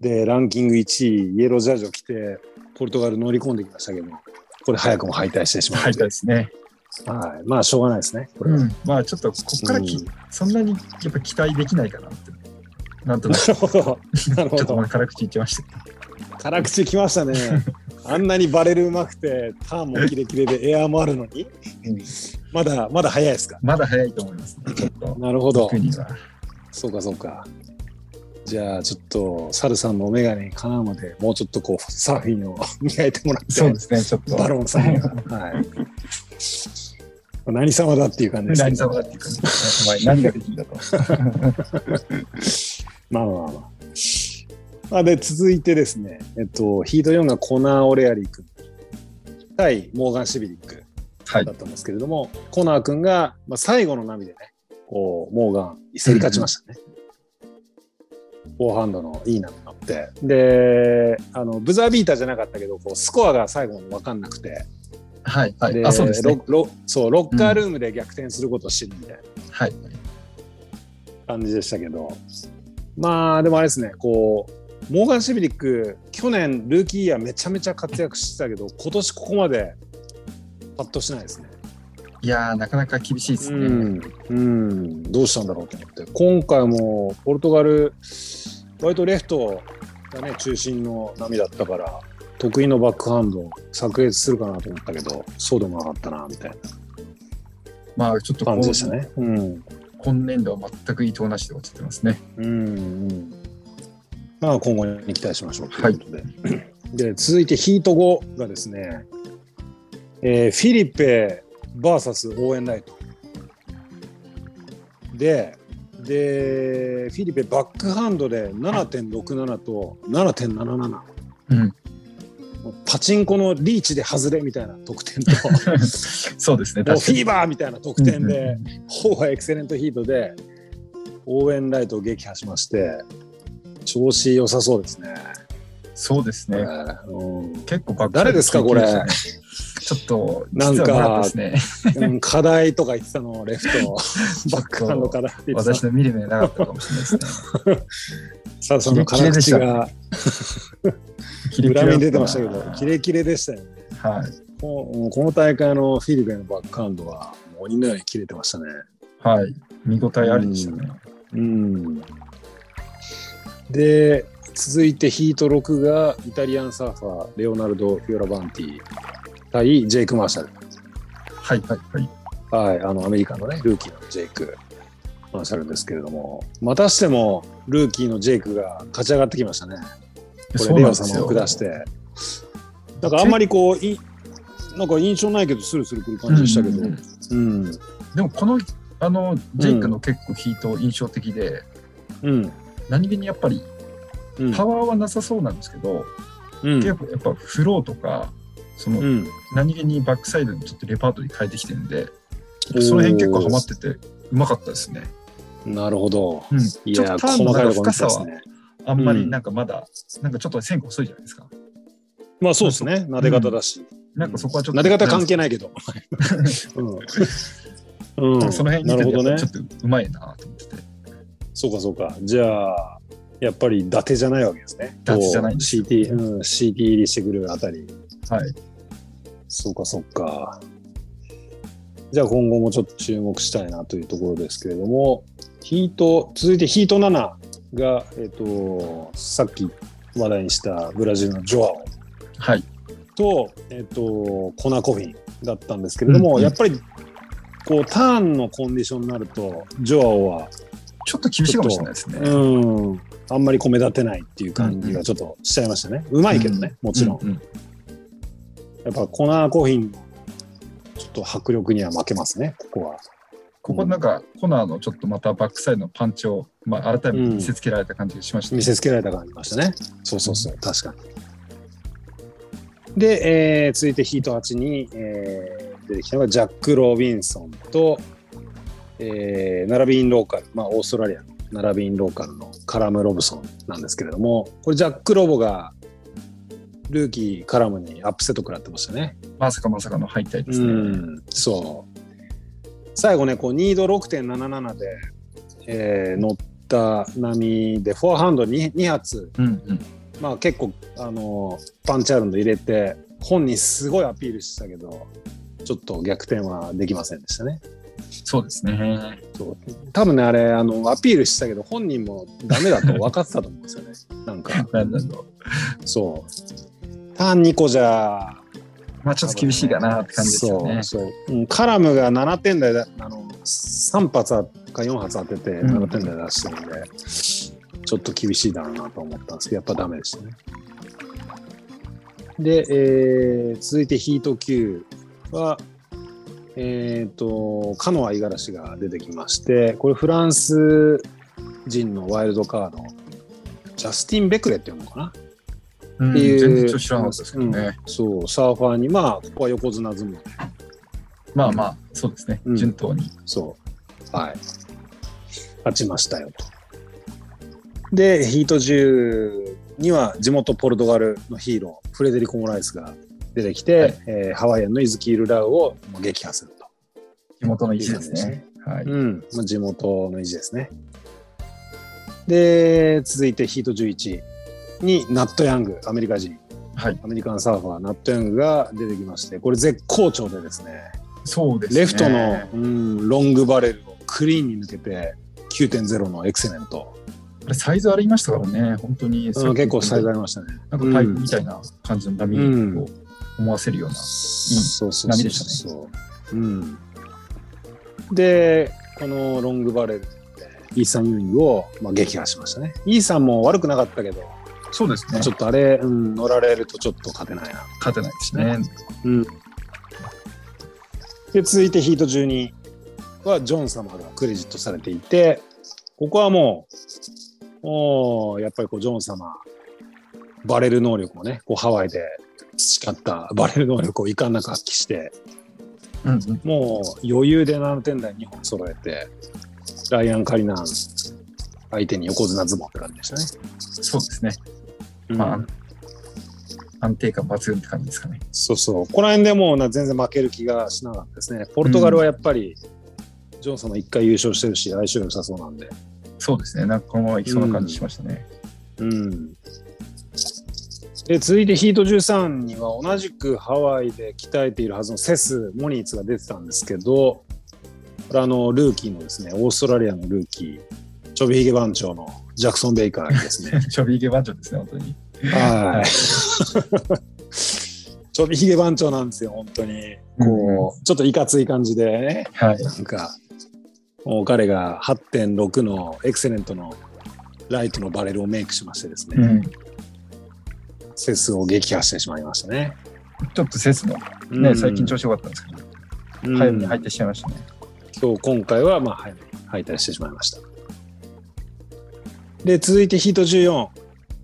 Speaker 3: で、ランキング1位、イエロージャージを着て、ポルトガル乗り込んできましたけど、これ早くも敗退してしまうと
Speaker 2: 入
Speaker 3: い
Speaker 2: っ
Speaker 3: う
Speaker 2: たですね。
Speaker 3: はい、まあしょうがないですね。これは
Speaker 2: うん。まあ、ちょっとここからき、
Speaker 3: うん
Speaker 2: そんなにやっぱ期待できないかなって。なんとな く、
Speaker 3: なるほど。
Speaker 2: ち
Speaker 3: な
Speaker 2: ょ
Speaker 3: る
Speaker 2: っ
Speaker 3: ほど
Speaker 2: とまあ辛口言ってましたけど。
Speaker 3: 辛口きましたね。あんなにバレルうまくて、ターンもキレキレでエアーもあるのに、まだまだ早いですか。
Speaker 2: まだ早いと思いますね。ちょっと。
Speaker 3: なるほど
Speaker 2: 行く。には。
Speaker 3: そうかそうか。じゃあちょっとサルさんのメガネにかなうまでもうちょっとこうサーフィンを磨いてもらって
Speaker 2: そうですね、ちょっと。
Speaker 3: バロンさんには、はい、何様だっていう感じですけ
Speaker 2: 何
Speaker 3: ど
Speaker 2: 様だっていう感じですね。お前何ができんだと。
Speaker 3: まあまあまあまあ。あで、続いてですね、えっと、ヒート4がコナー・オレアリー君対モーガン・シビリック
Speaker 2: はい
Speaker 3: だ。ったんですけれども、コナー君が、まあ、最後の波でね、こう、モーガン、競り勝ちましたね。フォーハンドのいい波に乗って。で、あの、ブザービーターじゃなかったけど、こうスコアが最後に分かんなくて、
Speaker 2: はい。は
Speaker 3: で
Speaker 2: い。あ、そうですね。
Speaker 3: ロロそうロッカールームで逆転することを知るみたいな。
Speaker 2: はい。
Speaker 3: 感じでしたけど、まあでもあれですね、こう、モーガン・シビリック、去年、ルーキーイヤーめちゃめちゃ活躍してたけど、今年ここまでパッとしないですね。
Speaker 2: いやー、なかなか厳しいですね。
Speaker 3: うん、うんどうしたんだろうと思って、今回もポルトガル、割とレフトがね、中心の波だったから、得意のバックハンドを炸裂するかなと思ったけど、そうでもなかったな、みたいな
Speaker 2: まあ、ちょっとこ
Speaker 3: 感
Speaker 2: う
Speaker 3: じでしたね。うん
Speaker 2: 今年度は全く伊藤なしで落ちてますね。
Speaker 3: うんうんまあ今後に期待しましょうということで。で、続いてヒート5がですね、えーフィリペ VS 応援ライト。で、で、フィリペバックハンドで7.67と7.77。
Speaker 2: うん。
Speaker 3: パチンコのリーチで外れみたいな得点と、 もう
Speaker 2: そうですね、確
Speaker 3: フ
Speaker 2: か
Speaker 3: ィー
Speaker 2: に。
Speaker 3: バーみたいな得点
Speaker 2: うん
Speaker 3: で、ほぼエクセレントヒートで応援ライトを撃破しまして調子良さそうですね。
Speaker 2: そうです
Speaker 3: え
Speaker 2: ね。
Speaker 3: ーうん
Speaker 2: 結構バック
Speaker 3: 誰ですかこれ
Speaker 2: ちょっと、
Speaker 3: なん
Speaker 2: 実
Speaker 3: か
Speaker 2: はまだですね、
Speaker 3: うん課題とか言ってたのレフ トバックハンド課題って言って
Speaker 2: 私
Speaker 3: た
Speaker 2: の見る目なかったかもしれないですね。
Speaker 3: さあその金口が
Speaker 2: キ
Speaker 3: 裏目に出てましたけどキ
Speaker 2: は
Speaker 3: レキレでしたよね。
Speaker 2: い。
Speaker 3: このこの大会のフィリピンのバックハンドは鬼のように切れてましたね。
Speaker 2: はい。見応えありでしたね。
Speaker 3: うんで続いてヒート6がイタリアンサーファーレオナルド・フィオラバンティ対ジェイク・マーシャル、
Speaker 2: はい、はい、はい。
Speaker 3: はい、あのアメリカのねルーキーのジェイク・マーシャルですけれどもまたしてもルーキーのジェイクが勝ち上がってきましたねこ
Speaker 2: そう
Speaker 3: れ
Speaker 2: なん
Speaker 3: レオ
Speaker 2: ですよ
Speaker 3: 様を下して。だからあんまりこういなんか印象ないけどスルスルくる感じでしたけど、
Speaker 2: う
Speaker 3: うんん
Speaker 2: でもこのあのジェイクの結構ヒート印象的で、
Speaker 3: うん
Speaker 2: 何気にやっぱり
Speaker 3: うん
Speaker 2: パワーはなさそうなんですけど、
Speaker 3: うん
Speaker 2: 結構やっぱフローとかその
Speaker 3: うん
Speaker 2: 何気にバックサイドにちょっとレパートリー変えてきてるんで、その辺結構ハマっててうまかったですね。
Speaker 3: なるほど。
Speaker 2: うん
Speaker 3: い
Speaker 2: ちょっ
Speaker 3: や
Speaker 2: と
Speaker 3: ー
Speaker 2: ターンの
Speaker 3: 細かい
Speaker 2: なん
Speaker 3: と
Speaker 2: か深
Speaker 3: ころ見て
Speaker 2: さ
Speaker 3: ます
Speaker 2: は
Speaker 3: ね。
Speaker 2: あんま
Speaker 3: う
Speaker 2: り
Speaker 3: ん
Speaker 2: なんかまだ、なんかちょっと線が遅いじゃないですか。
Speaker 3: まあそうですね。撫で方だし。
Speaker 2: なんかそこはちょっと、。
Speaker 3: 撫で方関係ないいけど。 うん
Speaker 2: その辺
Speaker 3: な
Speaker 2: 見
Speaker 3: る
Speaker 2: て
Speaker 3: ほ
Speaker 2: て
Speaker 3: ど
Speaker 2: や
Speaker 3: ね
Speaker 2: っぱちょ。っとうまいなと思ってて。
Speaker 3: そうかそうか。じゃあ、やっぱり伊達じゃないわけですね。
Speaker 2: 伊達じゃないん
Speaker 3: こう
Speaker 2: ですよ
Speaker 3: CT、うん、CT 入りしてくるあたり。
Speaker 2: はい。
Speaker 3: そうかそうか。じゃあ今後もちょっと注目したいなというところですけれども、ヒート、続いてヒート7が、えっ、と、さっき話題にしたブラジルのジョアオ
Speaker 2: はい。
Speaker 3: と、えっ、と、コナコフィンだったんですけれども、
Speaker 2: うんうん
Speaker 3: やっぱり、こう、ターンのコンディションになると、ジョアオは、
Speaker 2: ちょっと厳しいかもしれないですね。
Speaker 3: うん、あんまりこう目立てないっていう感じがちょっとしちゃいましたね。うまいけどね、もちろん。
Speaker 2: うんうん
Speaker 3: やっぱコナーコフィンのちょっと迫力には負けますね、ここは。
Speaker 2: ここなんか、コナーのちょっとまたバックサイドのパンチを、まあ、改めて見せつけられた感じがしました、
Speaker 3: 見せつけられた感じましたね。そうそうそう、確かに。で、えー続いてヒート8に、えー出てきたのがジャック・ロビンソンと、えーナラビーン・ローカル、まあ、オーストラリアのナラビーン・ローカルのカラム・ロブソンなんですけれども、これジャック・ロボがルーキー・カラムにアップセット食らってましたね。
Speaker 2: まさかまさかの敗退です
Speaker 3: う
Speaker 2: ね。
Speaker 3: ん、そう最後ねこう2度6.77で、えー乗った波でフォアハンド 2, 2発、
Speaker 2: うんうん
Speaker 3: まあ、結構あのパンチアルンド入れて本人すごいアピールしてたけどちょっと逆転はできませんでしたね
Speaker 2: そうですね。
Speaker 3: そう多分ねあれあのアピールしてたけど本人もダメだと分かってたと思うんですよねなんか
Speaker 2: なるほど。
Speaker 3: そうターン2個じゃ
Speaker 2: まあちょっと厳しいかなって感じですよね。
Speaker 3: そうそう、うんカラムが7点台だあの3発あか4発当てて
Speaker 2: ん
Speaker 3: 7点台出してるんで、ちょっと厳しいだろうなと思ったんですけどやっぱダメでしたね。で、えー続いてヒート9は、えっとカノア五十嵐が出てきましてこれフランス人のワイルドカードジャスティン・ベクレっていうのかな
Speaker 2: うん
Speaker 3: っていう
Speaker 2: 全然ちょっと知らなかったですけどね。
Speaker 3: うんそうサーファーにまあここは横綱相撲
Speaker 2: まあまあ、そうですね。
Speaker 3: うん
Speaker 2: 順当に。
Speaker 3: そう。はい。勝ちましたよと。で、ヒート10には地元ポルトガルのヒーロー、フレデリコ・モライスが出てきて、
Speaker 2: はい
Speaker 3: えーハワイアンのイズキール・ラウをもう撃破すると。
Speaker 2: 地元の意地ですね。はい。
Speaker 3: うん、まあ、地元の意地ですね。で、続いてヒート11にナット・ヤング、アメリカ人、
Speaker 2: はい。
Speaker 3: アメリカンサーファー、ナット・ヤングが出てきまして、これ絶好調でですね、
Speaker 2: そうですね。
Speaker 3: レフトの、うん、ロングバレルをクリーンに抜けて9.0のエクセレント、
Speaker 2: あれサイズありましたからね、本当に。
Speaker 3: うん、結構最大あ
Speaker 2: なん
Speaker 3: りましたね。
Speaker 2: かパイプみたいな感じの波
Speaker 3: うん
Speaker 2: を思わせるような。
Speaker 3: そうそう
Speaker 2: 波
Speaker 3: そ
Speaker 2: で
Speaker 3: う
Speaker 2: した
Speaker 3: そう、うん、でこのロングバレルでイーサン・ユーイングを、まあ、撃破しましたねイーサンも悪くなかったけど、
Speaker 2: そうですね。
Speaker 3: ち
Speaker 2: ちょ
Speaker 3: ょ
Speaker 2: っ
Speaker 3: っとあれ、うん、乗られるとちょっと勝てないな
Speaker 2: と勝てないですね。
Speaker 3: で続いてヒート12はジョン様がクレジットされていてここはもうもうやっぱりこうジョン様バレル能力をねこうハワイで培ったバレル能力をいかんなく発揮して
Speaker 2: うんうん。
Speaker 3: もう余裕で7点台2本揃えてライアン・カリナン相手に横綱相撲って感じでしたね。
Speaker 2: そうですね。
Speaker 3: うん
Speaker 2: まあ安定感抜群って感じですかね。
Speaker 3: そうそう、この辺でもうな全然負ける気がしなかったですね。ポルトガルはやっぱり、ジョンさんも1回優勝してるし、相性良さそうなんで。
Speaker 2: そうですね。なんかこのままいきそうな感じしましたね。
Speaker 3: うん、で続いてヒート13には同じくハワイで鍛えているはずのセス・モニーツが出てたんですけど、これあのルーキーのですね、オーストラリアのルーキー、ちょびひげ番長のジャクソン・ベイカーにですね、
Speaker 2: ちょびげバンジョですね、本当に。
Speaker 3: はい。ちょびひげ番長なんですよ、本当に。こう、ちょっといかつい感じでね、
Speaker 2: はい。
Speaker 3: なんか、もう彼が8.6のエクセレントのライトのバレルをメイクしましてですね、
Speaker 2: うん。
Speaker 3: セスを撃破してしまいましたね。
Speaker 2: ちょっとセスもね、最近調子良かったんですけど、
Speaker 3: うん
Speaker 2: 早めに入ってしまいましたね。
Speaker 3: 今日今回はまあ早めに敗退してしまいました。で続いてヒート14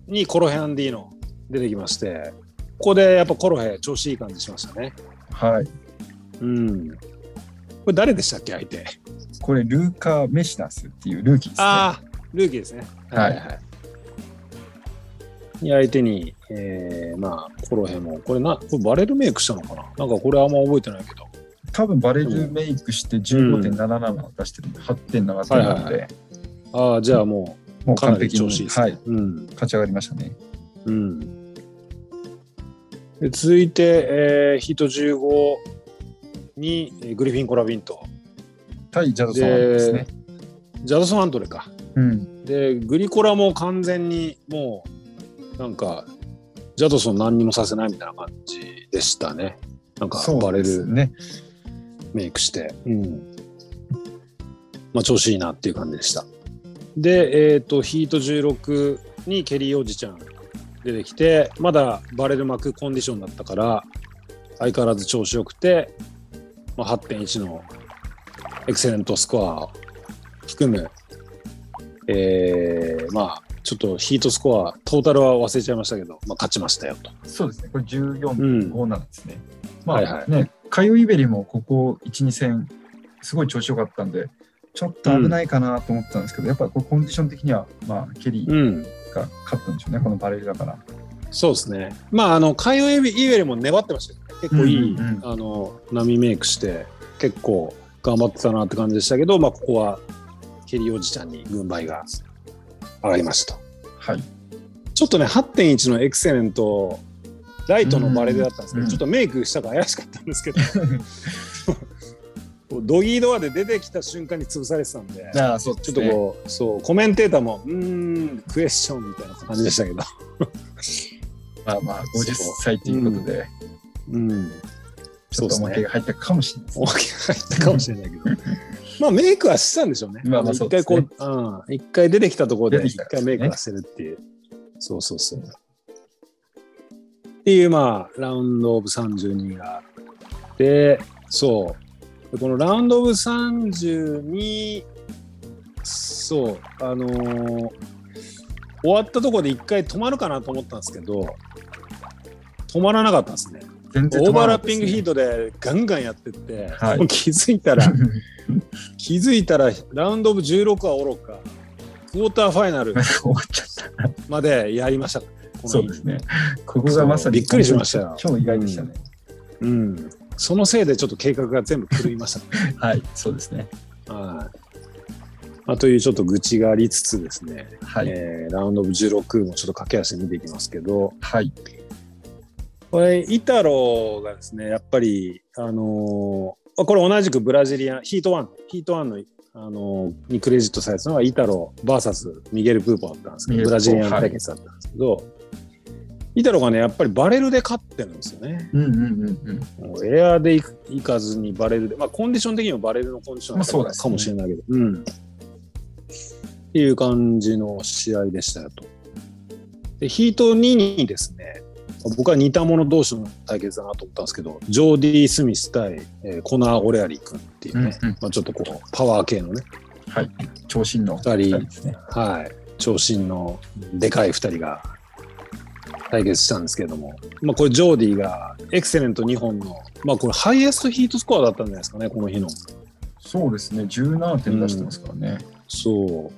Speaker 3: にコロヘアンディーノ出てきましてここでやっぱコロヘ調子いい感じしましたね。
Speaker 2: はい。
Speaker 3: うん、これ誰でしたっけ相手。
Speaker 2: これ、ルーカー・メシナスっていうルーキーですね。
Speaker 3: ああルーキーですね。
Speaker 2: はい
Speaker 3: い。に相手に、えー、まあコロヘもこれなこれバレルメイクしたのかななんかこれあんま覚えてないけど。
Speaker 2: 多分バレルメイクして15.77出してるんで、8.7点なの
Speaker 3: はい
Speaker 2: で、
Speaker 3: ああじゃあも
Speaker 2: もう
Speaker 3: かな
Speaker 2: 完
Speaker 3: り
Speaker 2: 璧に、
Speaker 3: 調子いいです
Speaker 2: はい、
Speaker 3: う。うん
Speaker 2: 勝ち上がりましたね。
Speaker 3: うん、で続いて、えーヒート15にえーグリフィン・コラビント
Speaker 2: 対ジャドソンです
Speaker 3: で
Speaker 2: ね。
Speaker 3: ジャドソン・アントレか
Speaker 2: うん。
Speaker 3: でグリコラも完全にもうなんかジャドソン何にもさせないみたいな感じでしたねなんか
Speaker 2: そ
Speaker 3: バ
Speaker 2: う
Speaker 3: レ
Speaker 2: です
Speaker 3: ル
Speaker 2: ね。
Speaker 3: メイクして、うんまあ、調子いいなっていう感じでしたで、えー、とヒート16にケリーおじちゃん出てきてまだバレル膜コンディションだったから相変わらず調子よくて、まあ、8.1のエクセレントスコアを含むえーまあちょっとヒートスコアトータルは忘れちゃいましたけど、まあ、勝ちましたよと。
Speaker 2: そうですね。これ
Speaker 3: う
Speaker 2: 14.57
Speaker 3: ん
Speaker 2: ですね。まあ、
Speaker 3: はいはい
Speaker 2: ね、カイオイベリもここ1、2戦、すごい調子良かったんで、ちょっと危ないかなと思ってたんですけど、やっぱこうコンディション的には、まあ、ケリー
Speaker 3: うん
Speaker 2: が勝ったんでしょうね、このバレルだから。
Speaker 3: そうですね。まあ、あの、カイオエビイウェルも粘ってましたよね。結構い
Speaker 2: う
Speaker 3: い、
Speaker 2: んうんうん
Speaker 3: あの、波メイクして、結構頑張ってたなって感じでしたけど、まあ、ここは、ケリーおじちゃんに軍配が上がりましたと。
Speaker 2: はい。
Speaker 3: ちょっとね、8.1のエクセレント、ライトのバレルだったんですけど、
Speaker 2: うんうん
Speaker 3: ちょっとメイクしたから怪しかったんですけど、 こうドギードアで出てきた瞬間に潰されてたんで、
Speaker 2: ああ、そう
Speaker 3: ちょっとこう、そう、コメンテーターも、うーん、クエスチョンみたいな感じでしたけど、
Speaker 2: まあまあ、50歳ということで、
Speaker 3: うん。
Speaker 2: ちょっとおまけが入ったかもしれないですね
Speaker 3: 大きく入ったかもしれ ないけどまあメイクはしてたんでしょうね。
Speaker 2: まあまあ
Speaker 3: 一
Speaker 2: そうで
Speaker 3: 回
Speaker 2: すね
Speaker 3: こう、うん、一回出てきたところで
Speaker 2: 出てき
Speaker 3: 一
Speaker 2: たか
Speaker 3: 回
Speaker 2: らね
Speaker 3: メイクはしてるっていう。そうそうそう。っていうまあラウンドオブ32があって、そう。でこのラウンドオブ32、そう、あのー終わったところで一回止まるかなと思ったんですけど、止まらなかったですね。
Speaker 2: 全然
Speaker 3: オー
Speaker 2: 止ま
Speaker 3: バー
Speaker 2: らな
Speaker 3: ラッ
Speaker 2: かったで
Speaker 3: ピ
Speaker 2: す
Speaker 3: ン
Speaker 2: ね
Speaker 3: グヒートでガンガンやってって、
Speaker 2: はい
Speaker 3: もう気づい たら気づいたらラウンドオブ16はおろかクォーターファイナル
Speaker 2: 終わっちゃった。
Speaker 3: までやりましたこの日
Speaker 2: そうですね。ここがまさに
Speaker 3: びっくりしましたよ
Speaker 2: 超意外でしたね。
Speaker 3: うん、そのせいでちょっと計画が全部狂い ましたね、
Speaker 2: はい、そうですね。
Speaker 3: はいまあ、というちょっと愚痴がありつつですね、
Speaker 2: はい。
Speaker 3: えーラウンドオブ16もちょっと駆け足で見ていきますけど
Speaker 2: はい。
Speaker 3: これイタロがですねやっぱりあのーまあこれ同じくブラジリアンヒートワンヒートワンのあのーにクレジットされてたのはイタロ VS ミゲル・プーポだったんですけ
Speaker 2: ミ
Speaker 3: ど
Speaker 2: ゲル
Speaker 3: ブラジリアン対決だったんですけど、イタロがねやっぱりバレルで勝ってるんですよね
Speaker 2: うんうんうんうん。
Speaker 3: もうエアーでいくいかずにバレルでまあコンディション的にもバレルのコンディションだった
Speaker 2: まあそうですね
Speaker 3: かもしれないけど、うんっていう感じの試合でしたよと。でヒート2にですね僕は似た者同士の対決だなと思ったんですけどジョーディー・スミス対、えーコナー・オレアリー君っていうね、
Speaker 2: うんうん
Speaker 3: まあ、ちょっとこうパワー系のね、
Speaker 2: はい。長身の
Speaker 3: 二人
Speaker 2: 二ですね。
Speaker 3: はい、長身のでかい2人が対決したんですけども、まあ、これジョーディーがエクセレント2本の、まあ、これハイエストヒートスコアだったんじゃないですかねこの日の
Speaker 2: そうですね。17点出してますからね。
Speaker 3: そう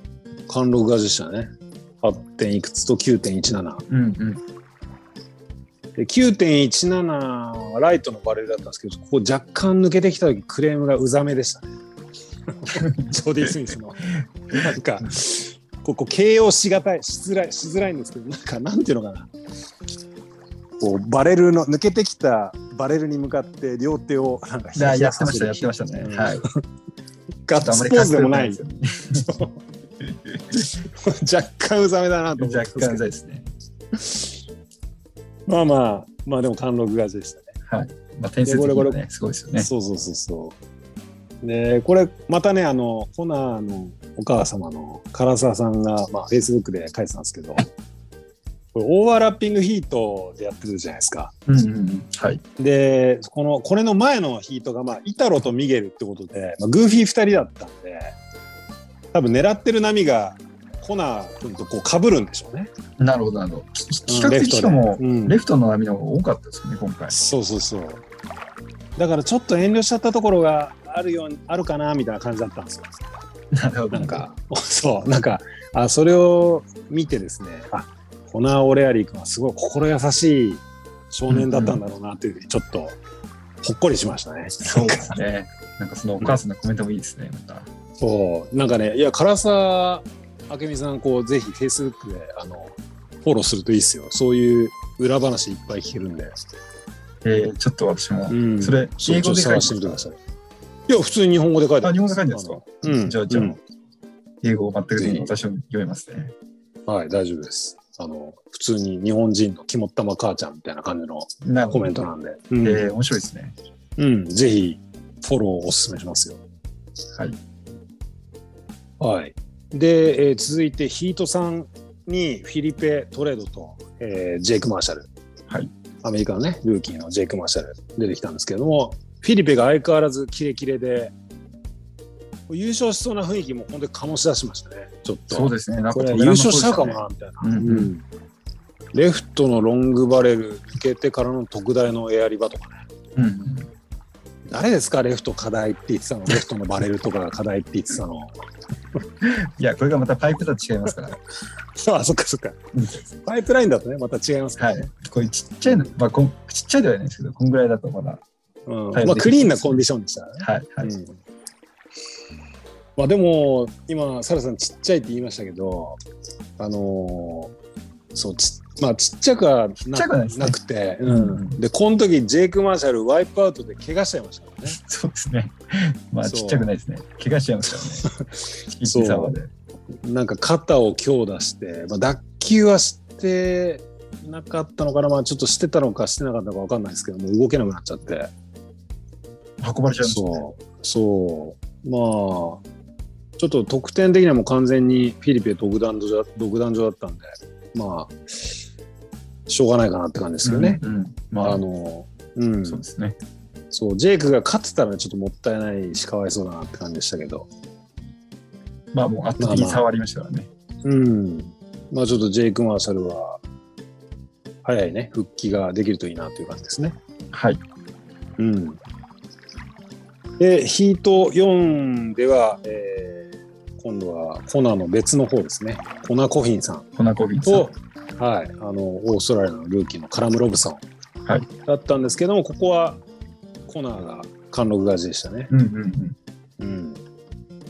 Speaker 3: 貫禄勝ちでしたね8点いくつと9.17
Speaker 2: うんうん。
Speaker 3: で9.17はライトのバレルだったんですけどここ若干抜けてきた時クレームがうざめでした ねジョーディ・スミスのなんかここ形容しがたいしづらいしづらいんですけどなんかなんていうのかなこうバレルの抜けてきたバレルに向かって両手をなんかひ
Speaker 2: だ
Speaker 3: らひ
Speaker 2: や
Speaker 3: ら
Speaker 2: ってま
Speaker 3: さ
Speaker 2: し
Speaker 3: せ
Speaker 2: た、
Speaker 3: る
Speaker 2: やってましたね。はい。
Speaker 3: ガッツポーズでもない
Speaker 2: ちょっとあんまりかっこよくですよね
Speaker 3: 若干うざめだなと思って
Speaker 2: 若干うざいですね。
Speaker 3: まあまあまあでも貫禄勝ちでしたね
Speaker 2: まあ、点数的にもね、すごいですよね。
Speaker 3: そうそうそうそう。で、これ、またね、あの、コナーのお母様の唐沢さんが、まあ、Facebook で書いてたんですけど、これオーバーラッピングヒートでやってるじゃないですか。
Speaker 2: うんうんうんはい。
Speaker 3: で、この、これの前のヒートが、まあ、イタロとミゲルってことで、まあ、グーフィー2人だったんで、多分狙ってる波が、コナー君とこう被るんでしょうね。
Speaker 2: なるほど、なるほど。き
Speaker 3: うん
Speaker 2: 比較的しかも、
Speaker 3: うん
Speaker 2: レフトの波の方が多かったですよね、今回。
Speaker 3: そうそうそう。だからちょっと遠慮しちゃったところがあるようにあるかなみたいな感じだったんですよ。
Speaker 2: なるほど。
Speaker 3: なんか、 そう、なんか、あそれを見てですね、あコナー・オレアリー君はすごい心優しい少年だったんだろうなというふうに、ちょっとほっこりしましたね。
Speaker 2: そうですね。なんかそのお母さんのコメントもいいですね。なんか
Speaker 3: そう、なんかね、いや、唐沢明美さん、こう、ぜひ、フェイスブックで、あの、フォローするといいですよ。そういう裏話いっぱい聞けるんで。
Speaker 2: えーちょっと私も、
Speaker 3: うん
Speaker 2: それ、
Speaker 3: そう
Speaker 2: 英
Speaker 3: ち
Speaker 2: 語
Speaker 3: ょっと
Speaker 2: で書いて
Speaker 3: 探してみてく
Speaker 2: ま
Speaker 3: だ
Speaker 2: す
Speaker 3: さい。いや、普通に日本語で書いて
Speaker 2: あ、
Speaker 3: る
Speaker 2: 日本語で書いてますか
Speaker 3: うん。
Speaker 2: じゃあじゃあ
Speaker 3: うん
Speaker 2: 英語を全く
Speaker 3: ぜひ
Speaker 2: 私も読めますね。
Speaker 3: はい、大丈夫です。あの、普通に日本人の肝っ玉母ちゃんみたいな感じの
Speaker 2: なる
Speaker 3: コ
Speaker 2: ほ
Speaker 3: メント
Speaker 2: ど。
Speaker 3: なんで。
Speaker 2: え
Speaker 3: うん
Speaker 2: ー面白いですね。
Speaker 3: うん、ぜひフォローおすすめしますよ。
Speaker 2: はい。
Speaker 3: はい。で、えー続いてヒートさんにフィリペ・トレードと、えージェイク・マーシャル。
Speaker 2: はい。
Speaker 3: アメリカのね、ルーキーのジェイク・マーシャル出てきたんですけれども、フィリペが相変わらずキレキレで、優勝しそうな雰囲気も本当に醸し出しましたね。ちょっと。
Speaker 2: そうですね。なんか
Speaker 3: これ優勝しちゃうかもな、みたいな。
Speaker 2: 止めらんなそうでしたね。うんうん
Speaker 3: レフトのロングバレル抜けてからの特大のエアリバとかね
Speaker 2: うんうん。
Speaker 3: 誰ですかレフト課題って言ってたのレフトのバレルとかが課題って言ってたの
Speaker 2: いや、これがまたパイプとは違いますから。
Speaker 3: あそっかそっかパイプラインだとねまた違いますから
Speaker 2: は
Speaker 3: ね、
Speaker 2: い。こういうちっちゃいの、まあ、こんちっちゃいではないですけど、こんぐらいだとまだ。
Speaker 3: うん
Speaker 2: はい
Speaker 3: まあ、クリーンなコンディションでしたからね、
Speaker 2: はい。はい。
Speaker 3: うんまあ、でも今サラさんちっちゃいって言いましたけどあのーそうち,、まあ、ちっちゃくはな
Speaker 2: っちゃくはないですね
Speaker 3: くて、
Speaker 2: う
Speaker 3: うんん、でこの時ジェイク・マーシャルワイプアウトで怪我しちゃいましたからね
Speaker 2: そうですね。まあ、
Speaker 3: そう
Speaker 2: ちっちゃくないですね。怪我しちゃいますからね。一
Speaker 3: そう
Speaker 2: 気差はで。
Speaker 3: なんか肩を強打して、まあ、脱臼はしてなかったのかな、まあ、ちょっとしてたのかしてなかったのか分かんないですけどもう動けなくなっちゃって
Speaker 2: 運ばれちゃいますね。
Speaker 3: そうそうまあちょっと得点的にはもう完全にフィリペ独壇場独壇場だったんでまあしょうがないかなって感じですよね。
Speaker 2: うんうん。まあ、
Speaker 3: あのうん、
Speaker 2: そうですね。
Speaker 3: そうジェイクが勝ってたらちょっともったいないしかわいそうだなって感じでしたけど、
Speaker 2: まあ、もう圧倒的に差はありましたからね。
Speaker 3: うん。まあちょっとジェイク・マーシャルは、早いね、復帰ができるといいなという感じですね。
Speaker 2: はい。
Speaker 3: うん。で、ヒート4では、えー今度はコナの別の方ですね。コナ・コフィンさん
Speaker 2: 粉コーヒーさん
Speaker 3: と、はい、あの、オーストラリアのルーキーのカラム・ロブソン、
Speaker 2: はい
Speaker 3: だったんですけども、ここはコナが貫禄勝ちでしたね。
Speaker 2: うんうんうん。
Speaker 3: うん。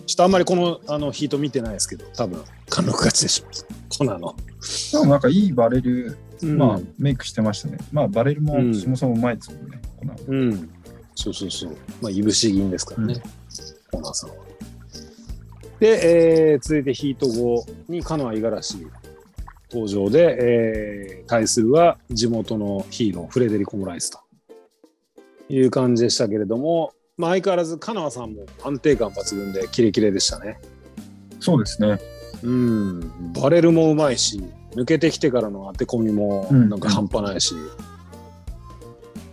Speaker 3: ちょっとあんまりこのあのヒート見てないですけど、多分貫禄勝ちでしょう。コナの。
Speaker 2: でもなんかいいバレル、ま
Speaker 3: ま
Speaker 2: あ
Speaker 3: あ、
Speaker 2: メイクしてましたね。まあバレルも
Speaker 3: うん
Speaker 2: そもそもうまいですもんね。この
Speaker 3: うん、そうそうそう、まあ、いぶし銀ですからね、オーナーさんは。で、えー続いてヒート5にカノア五十嵐登場で、えー対するは地元のヒーロー、フレデリコ・モライスという感じでしたけれども、まあ、相変わらずカノアさんも安定感抜群で、キレキレでしたね。
Speaker 2: そうですね。
Speaker 3: うん、バレルもうまいし、抜けてきてからの当て込みも
Speaker 2: うん
Speaker 3: なんか半端ないし、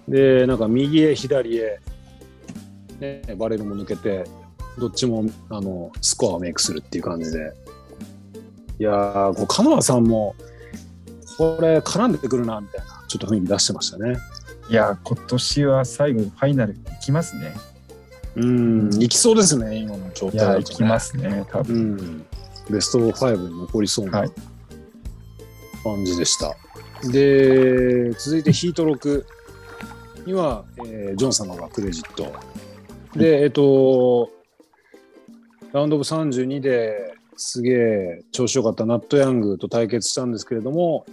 Speaker 3: で、なんか右へ左へ、ね、バレルも抜けて、どっちもあのスコアをメイクするっていう感じで、いやー、こうカノアさんも、これ、絡んでくるなみたいな、ちょっと雰囲気出してましたね。
Speaker 2: いや、今年は最後ファイナル行きますね。
Speaker 3: うん、行きそうですね、今の状
Speaker 2: い
Speaker 3: 態
Speaker 2: や、行
Speaker 3: だとね
Speaker 2: きますね。多分。
Speaker 3: うん、ベスト5に残りそう
Speaker 2: は
Speaker 3: ない感じでした。で、続いてヒート6には、えージョン様がクレジット。で、えっと、ラウンドオブ32ですげえ調子良かったナット・ヤングと対決したんですけれども、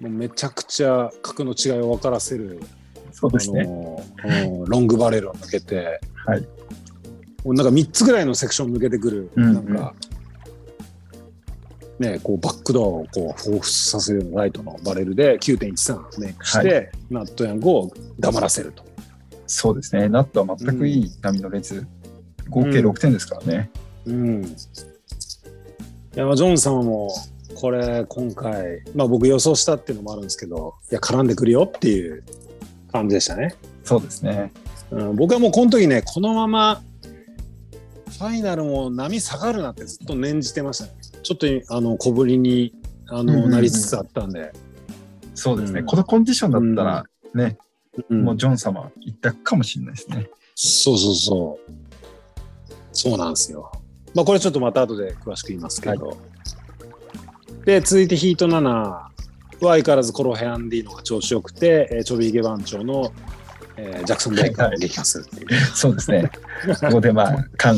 Speaker 3: もうめちゃくちゃ格の違いを分からせる
Speaker 2: そうです
Speaker 3: あ
Speaker 2: ね。
Speaker 3: のうんロングバレルを抜けて、
Speaker 2: はい
Speaker 3: もうなんか3つぐらいのセクション抜けてくる、
Speaker 2: うん
Speaker 3: なんか、ね、こうバックドアをこう彷彿させるようなライトのバレルで9.13メイクして、ナットヤングを黙らせると。
Speaker 2: そうですね。ナットは全くいい波の列。合計6点ですからね。
Speaker 3: うん、いやジョン様もこれ今回、まあ、僕予想したっていうのもあるんですけどいや絡んでくるよっていう感じでしたね。
Speaker 2: そうですね。
Speaker 3: うん、僕はもうこの時ねこのままファイナルも波下がるなってずっと念じてましたねちょっとあの小ぶりにあ
Speaker 2: うんうんう
Speaker 3: の
Speaker 2: ん
Speaker 3: なりつつあったんで、
Speaker 2: そうですね。
Speaker 3: うん
Speaker 2: このコンディションだったら、ね、
Speaker 3: うん
Speaker 2: もうジョン様一択かもしれないですね。
Speaker 3: そうそうそうそうなんですよまあこれちょっとまた後で詳しく言いますけど、で続いてヒート7は相変わらずコロヘアンディーノが調子よくて、えー、チョビーゲ番長の、えージャクソン・ブレイカーが激化するっていう、
Speaker 2: そうですね。ここでまあ、かん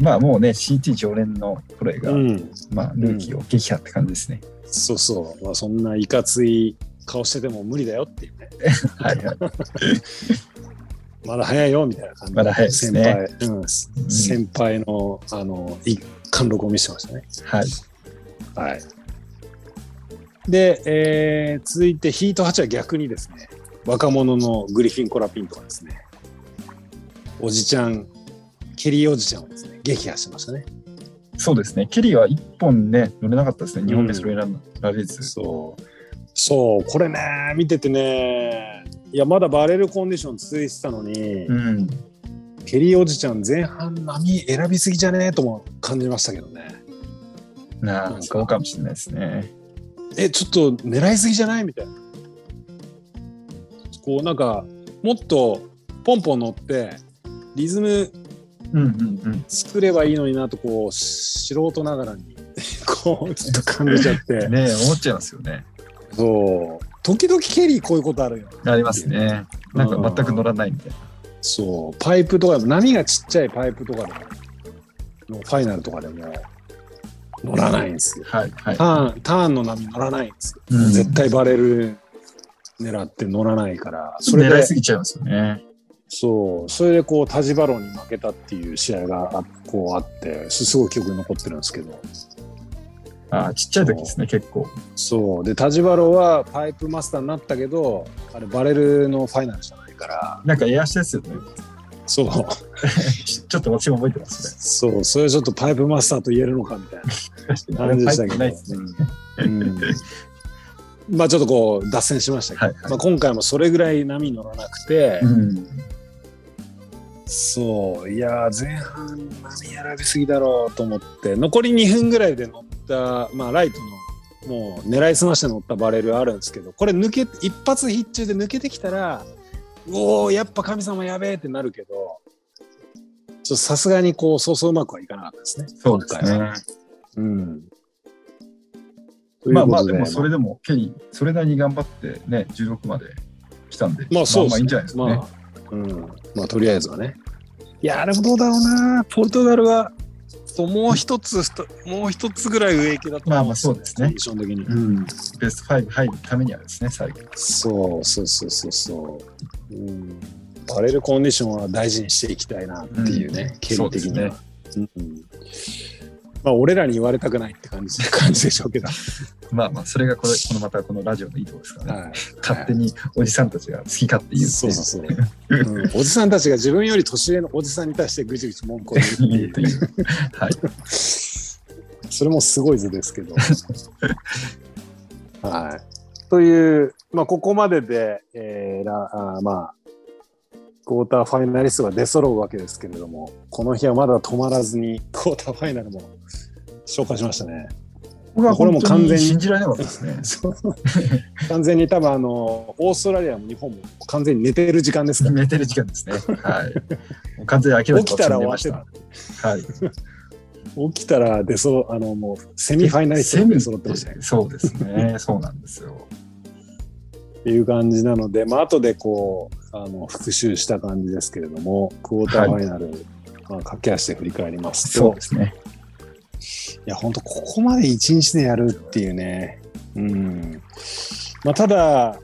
Speaker 2: まあもうね、CT 常連のプレイが、
Speaker 3: うん、
Speaker 2: まあ、ルーキーを撃破って感じですね。
Speaker 3: そうそう、まあ、そんないかつい顔してても無理だよっていうね、
Speaker 2: はいはい。
Speaker 3: まだ早いよみたいな感じで
Speaker 2: まだ早いですね
Speaker 3: 先輩、うん、先輩のあの一貫録を見せてましたね。
Speaker 2: はい。
Speaker 3: はい、で、えー続いてヒート8は逆にですね、若者のグリフィン・コラピンとかですね、おじちゃん、ケリーおじちゃんをですね、撃破しましたね。
Speaker 2: そうですね。ケリーは一本ね、乗れなかったですね。日本でそれ選られず。
Speaker 3: そう。そう、これね、見ててね、いや、まだバレルコンディション続いてたのに、
Speaker 2: うん。
Speaker 3: ケリーおじちゃん前半波選びすぎじゃねえとも感じましたけどね。
Speaker 2: な
Speaker 3: な
Speaker 2: あ、
Speaker 3: んか
Speaker 2: そうかもしれないですね。
Speaker 3: え、ちょっと狙いすぎじゃないみたいな。こうなんか、もっとポンポン乗って、リズム
Speaker 2: うんうんうん。
Speaker 3: 作ればいいのになと、こう、素人ながらに、 こう、ちょっと感じちゃって。
Speaker 2: ねえ思っちゃいますよね。
Speaker 3: そう。時々ケリーこういうことあるよ。
Speaker 2: ありますね。なんか全く乗らないみたいな。
Speaker 3: そう、パイプとかでも、波がちっちゃいパイプとかでも、のファイナルとかでも、乗らないんですよ。
Speaker 2: はいはい。
Speaker 3: ターン、ターンの波乗らないんですよ。
Speaker 2: うん
Speaker 3: 絶対バレル狙って乗らないから、それ
Speaker 2: 狙い、
Speaker 3: です
Speaker 2: ぎちゃいますよね。
Speaker 3: そう、それでこう、タジバロンに負けたっていう試合があこうあって、すすごい記憶に残ってるんですけど、
Speaker 2: ああ、ちっちゃい時ですね、結構。
Speaker 3: そう、で、タジバロンはパイプマスターになったけど、あれ、バレルのファイナルじゃないから、
Speaker 2: なんかエアしてですよね。
Speaker 3: そう、
Speaker 2: ちちょっと私も覚えてますね。
Speaker 3: そう、それはちょっとパイプマスターと言えるのかみたいな。
Speaker 2: あれ入ってないですね。
Speaker 3: うんまあちょっとこう脱線しましたけど、
Speaker 2: はいはい
Speaker 3: まあ、今回もそれぐらい波に乗らなくて、
Speaker 2: うん。
Speaker 3: そういやー前半波選びすぎだろうと思って残り2分ぐらいで乗った、まあ、ライトのもう狙いすまして乗ったバレルあるんですけどこれ抜け一発必中で抜けてきたらおおやっぱ神様やべえってなるけどちょっとさすがにこうそうそううまくはいかなかったですね。
Speaker 2: そうです
Speaker 3: 今回は。
Speaker 2: ね。
Speaker 3: うん、
Speaker 2: まあまあ、
Speaker 3: と
Speaker 2: で
Speaker 3: いうこと
Speaker 2: もそれでも、ケリー、それなりに頑張ってね、16まで来たんで、
Speaker 3: まあそう
Speaker 2: まあ
Speaker 3: で
Speaker 2: いいんじゃないですす
Speaker 3: ね
Speaker 2: かね。
Speaker 3: まあ、うん。まあとりあえずはね。いや、あれもどうだろうな。ポルトガルは、そうもう一つ、ふたもう一つぐらい上行きだと
Speaker 2: まあまあそうですね
Speaker 3: コンディション的に。
Speaker 2: うん、ベスト5入るためにはですね、最後。
Speaker 3: そうそうそうそうそう。うん。バレルコンディションは大事にしていきたいなっていうね、
Speaker 2: うん
Speaker 3: 経理的には。
Speaker 2: そ
Speaker 3: うんまあ、俺らに言われたくないって感じ感じでしょう けど、
Speaker 2: まあまあ、それがこれ、このまたこのラジオのいいとこですからね。
Speaker 3: はい、
Speaker 2: 勝手におじさんたちが好き勝手言うって
Speaker 3: そ
Speaker 2: いう
Speaker 3: そうそう、うんおじさんたちが自分より年上のおじさんに対してぐちぐち文句を言うって
Speaker 2: 言
Speaker 3: いう
Speaker 2: うという。 はい。
Speaker 3: それもすごい図ですけ ど。はい、という、まあ、ここまでで、えーらあーまあ、クォーターファイナリストが出揃うわけですけれども、この日はまだ止まらずに、クォーターファイナルも紹介しました ね。
Speaker 2: これは
Speaker 3: これも
Speaker 2: 本当
Speaker 3: 完全
Speaker 2: に
Speaker 3: に
Speaker 2: 信じられなかったですね。
Speaker 3: そう完全に多分あの、オーストラリアも日本も完全に寝てる時間ですから、
Speaker 2: 寝てる時間です ね。はい。もう完全に諦めて
Speaker 3: 起きたら終わ
Speaker 2: ま
Speaker 3: ってた
Speaker 2: した。はい。
Speaker 3: 起きたら出そう、あのもうセミファイナリストが出揃ってましたね。
Speaker 2: そうですね。そうなんですよ。
Speaker 3: っていう感じなので、まあ後でこうあの復習した感じですけれども、クォーターファイナル、まあ、駆け足で振り返りますと、
Speaker 2: そうですね。
Speaker 3: いや、本当、ここまで1日でやるっていうね、うんまあ、ただ、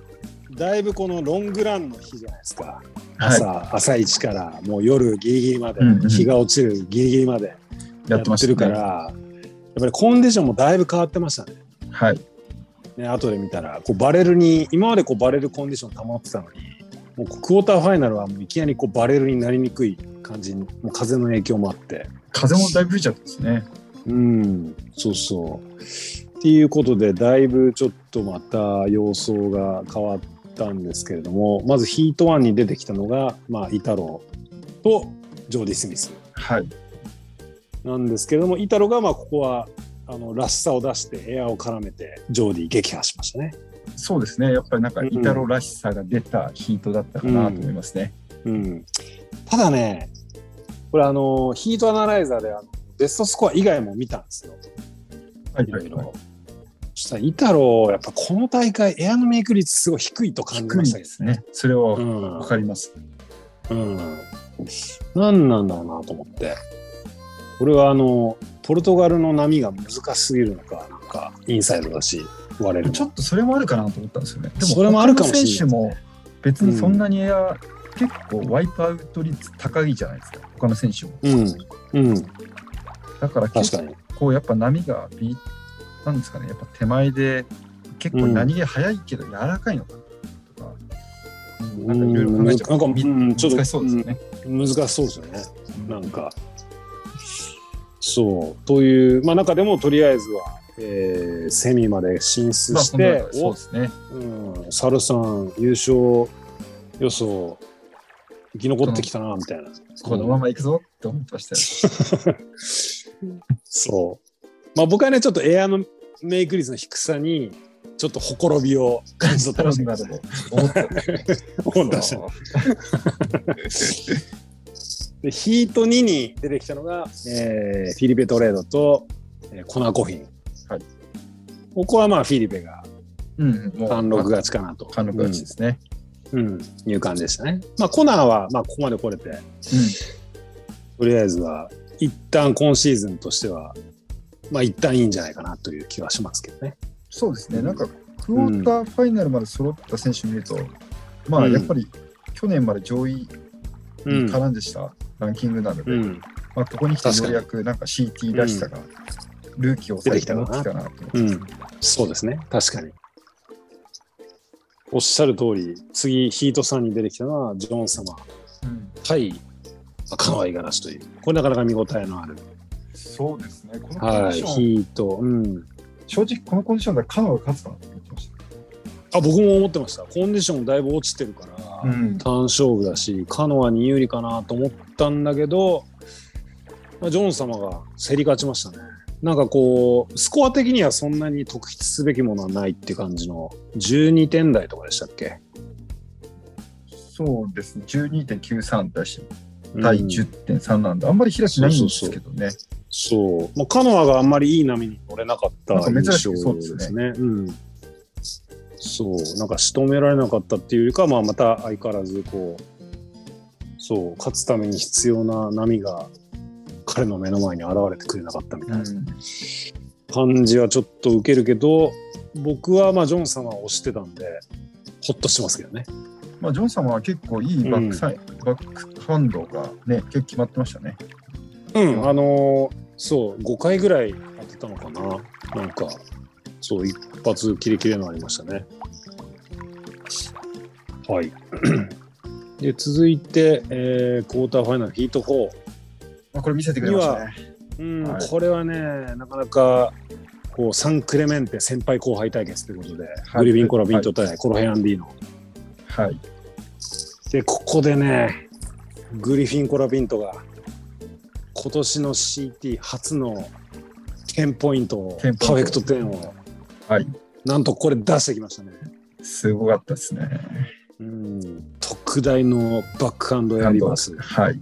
Speaker 3: だいぶこのロングランの日じゃないですか、
Speaker 2: はい
Speaker 3: 朝。朝一からもう夜ギリギリまで、
Speaker 2: うんうん
Speaker 3: 日が落ちるギリギリまでや
Speaker 2: や
Speaker 3: っ
Speaker 2: ってま
Speaker 3: て
Speaker 2: し
Speaker 3: るか
Speaker 2: た
Speaker 3: ら、
Speaker 2: ね。
Speaker 3: やっぱりコンディションもだいぶ変わってましたね。
Speaker 2: はい。
Speaker 3: ね、後で見たらこうバレルに今までこうバレルコンディション保ってたのにもうこうクォーターファイナルはもういきなりこうバレルになりにくい感じにもう風の影響もあって
Speaker 2: 風もだいぶ吹いちゃったんですね。
Speaker 3: うんそうそうっていうことでだいぶちょっとまた様相が変わったんですけれどもまずヒートワンに出てきたのが、まあ、イタローとジョーディ・スミス
Speaker 2: はい。
Speaker 3: なんですけれどもイタロがまあここはあのらしさを出してエアを絡めてジョーディ撃破しましたね。
Speaker 2: そうですね。やっぱりなんか
Speaker 3: うん
Speaker 2: イタロらしさが出たヒートだったかなと思いますね。
Speaker 3: うん、ただねこれあのヒートアナライザーであのベストスコア以外も見たんですよ。
Speaker 2: はい
Speaker 3: い
Speaker 2: は
Speaker 3: ろい
Speaker 2: いはい
Speaker 3: ろ。そしたらイタロやっぱこの大会エアのメイク率すごい低いと感じ
Speaker 2: 低
Speaker 3: ま
Speaker 2: い
Speaker 3: したけ
Speaker 2: で
Speaker 3: ど
Speaker 2: すね。それは
Speaker 3: うん
Speaker 2: わかります。
Speaker 3: うん、何なんだろうなと思ってこれはあのポルトガルの波が難しすぎるのかなんかインサイドだし割れるの
Speaker 2: ちょっとそれもあるかなと思ったんですよね。で
Speaker 3: それもあるかもしれない
Speaker 2: 他の選手も別にそんなにエア、結構ワイプアウト率高いじゃないですか。他の選手も。
Speaker 3: うんうん
Speaker 2: だから
Speaker 3: 確
Speaker 2: 結
Speaker 3: かに
Speaker 2: 構やっぱ波がビなんですかね。やっぱ手前で結構何気早いけど柔らかいのかなとか。うんなんかいろいろ考えちゃう。
Speaker 3: うんなんかうんちょっと
Speaker 2: 難しそうですよね。
Speaker 3: 難しそうですよね
Speaker 2: うん
Speaker 3: なんかそうというまあ中でもとりあえずは、えーセミまで進出
Speaker 2: まあ
Speaker 3: し
Speaker 2: そんな
Speaker 3: て、
Speaker 2: そうですね。
Speaker 3: うん、サルさん優勝予想生き残ってきたなみたいな。
Speaker 2: このまま行くぞって思ってましたよ。
Speaker 3: そう。まあ僕はね、ちょっとエアのメイク率の低さに、ちょっとほころびを 感じ取ってました けどね。
Speaker 2: 思ったよね
Speaker 3: 思ったしでヒート2に出てきたのが、えーフィリペ・トレードと、えーコナー・コフィン。
Speaker 2: はい
Speaker 3: ここはまあフィリペが
Speaker 2: うんうん、もう
Speaker 3: 貫禄勝ちかなと。
Speaker 2: 貫禄勝ちですね。
Speaker 3: うん、うんいう感じでしたね。まあコナーはまあここまで来れて、
Speaker 2: う
Speaker 3: とりあえずは一旦今シーズンとしては、まあ一旦いいんじゃないかなという気はしますけどね。
Speaker 2: ん、そうですね。なんかクォーターファイナルまで揃った選手見ると、まあ
Speaker 3: うん
Speaker 2: やっぱり去年まで上位
Speaker 3: う
Speaker 2: に
Speaker 3: ん。
Speaker 2: 絡んでしたランキングなので、
Speaker 3: うん
Speaker 2: まあここに来て
Speaker 3: 確
Speaker 2: よ
Speaker 3: か
Speaker 2: う
Speaker 3: に
Speaker 2: やくなんか CT らしさがルーキーを最近持ってきたなと思って
Speaker 3: う
Speaker 2: ます。
Speaker 3: ん、そうですね、確かに。おっしゃる通り、次、ヒートさんに出てきたのは、ジョン様、
Speaker 2: うん
Speaker 3: 対、カノアイガラシという、これなかなか見応えのある、
Speaker 2: そうですね。このコンデ
Speaker 3: は
Speaker 2: ィ
Speaker 3: い、
Speaker 2: ション、
Speaker 3: ヒート、うん。
Speaker 2: 正直このコンディションだからカノが勝つかなと思ってました。
Speaker 3: あ、僕も思ってました、コンディションだいぶ落ちてるから、
Speaker 2: うん
Speaker 3: 単勝負だし、カノアに有利かなと思ったんだけど、まあ、ジョン様が競り勝ちましたね。なんかこう、スコア的にはそんなに特筆すべきものはないって感じの、12点台とかでしたっけ
Speaker 2: そうですね。12.93に対して
Speaker 3: うん
Speaker 2: 対10.3なんで、あんまり開きないんですけどね。
Speaker 3: そう、まあ、カノアがあんまりいい波に乗れなかった
Speaker 2: なんか珍し
Speaker 3: 印
Speaker 2: く
Speaker 3: 象で
Speaker 2: そうです
Speaker 3: すね。うんそう、なんか仕留められなかったっていうよりかは、まあ、また相変わらずこう、そう、勝つために必要な波が彼の目の前に現れてくれなかったみたいな
Speaker 2: うん
Speaker 3: 感じはちょっと受けるけど、僕はまあジョン様を推してたんで、ほっとしてますけどね。
Speaker 2: まあ、ジョンさんは結構いいバックサイ、バックハンドがね、結構決まってましたね。
Speaker 3: うん、あのーそう、5回ぐらい当てたのかな。なんか、そう、一発キレキレのありましたね。はい。で、続いて、えークォーターファイナルヒート4。
Speaker 2: まあ、これ見せてくれましたね。
Speaker 3: うん、
Speaker 2: はい
Speaker 3: これはね、なかなか、こう、サンクレメンテ先輩後輩対決ということで、
Speaker 2: い
Speaker 3: グリビン・コロビント対、コロヘアンディーノ。
Speaker 2: はい。
Speaker 3: で、ここでね、グリフィン・コラビントが、今年の CT 初の10ポイントを、パ
Speaker 2: 10ポイント
Speaker 3: ーフェクト10を、
Speaker 2: はい。
Speaker 3: なんとこれ出してきましたね。
Speaker 2: すごかったですね。
Speaker 3: うん、特大のバックハンドエアリバース。
Speaker 2: はい。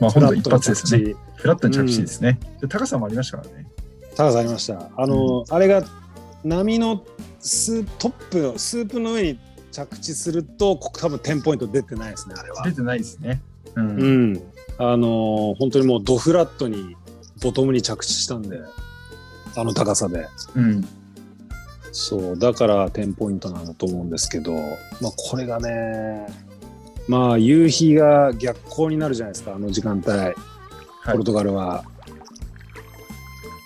Speaker 2: まあ、本当一
Speaker 3: の
Speaker 2: 発ですね。
Speaker 3: 着地
Speaker 2: フラットに着地ですね、で。高さもありましたからね。
Speaker 3: 高さありました。あの、あれが波のスートップのスープの上に着地すると、こ多分10ポイント出てないですね、あれは
Speaker 2: 出。てないですね。うん。
Speaker 3: うん、あのー本当にもうドフラットにボトムに着地したんであの高さで
Speaker 2: うん
Speaker 3: そうだから10ポイントなんだと思うんですけど、まあ、これがねまあ夕日が逆光になるじゃないですかあの時間帯
Speaker 2: は
Speaker 3: ポ
Speaker 2: い
Speaker 3: ルトガルは、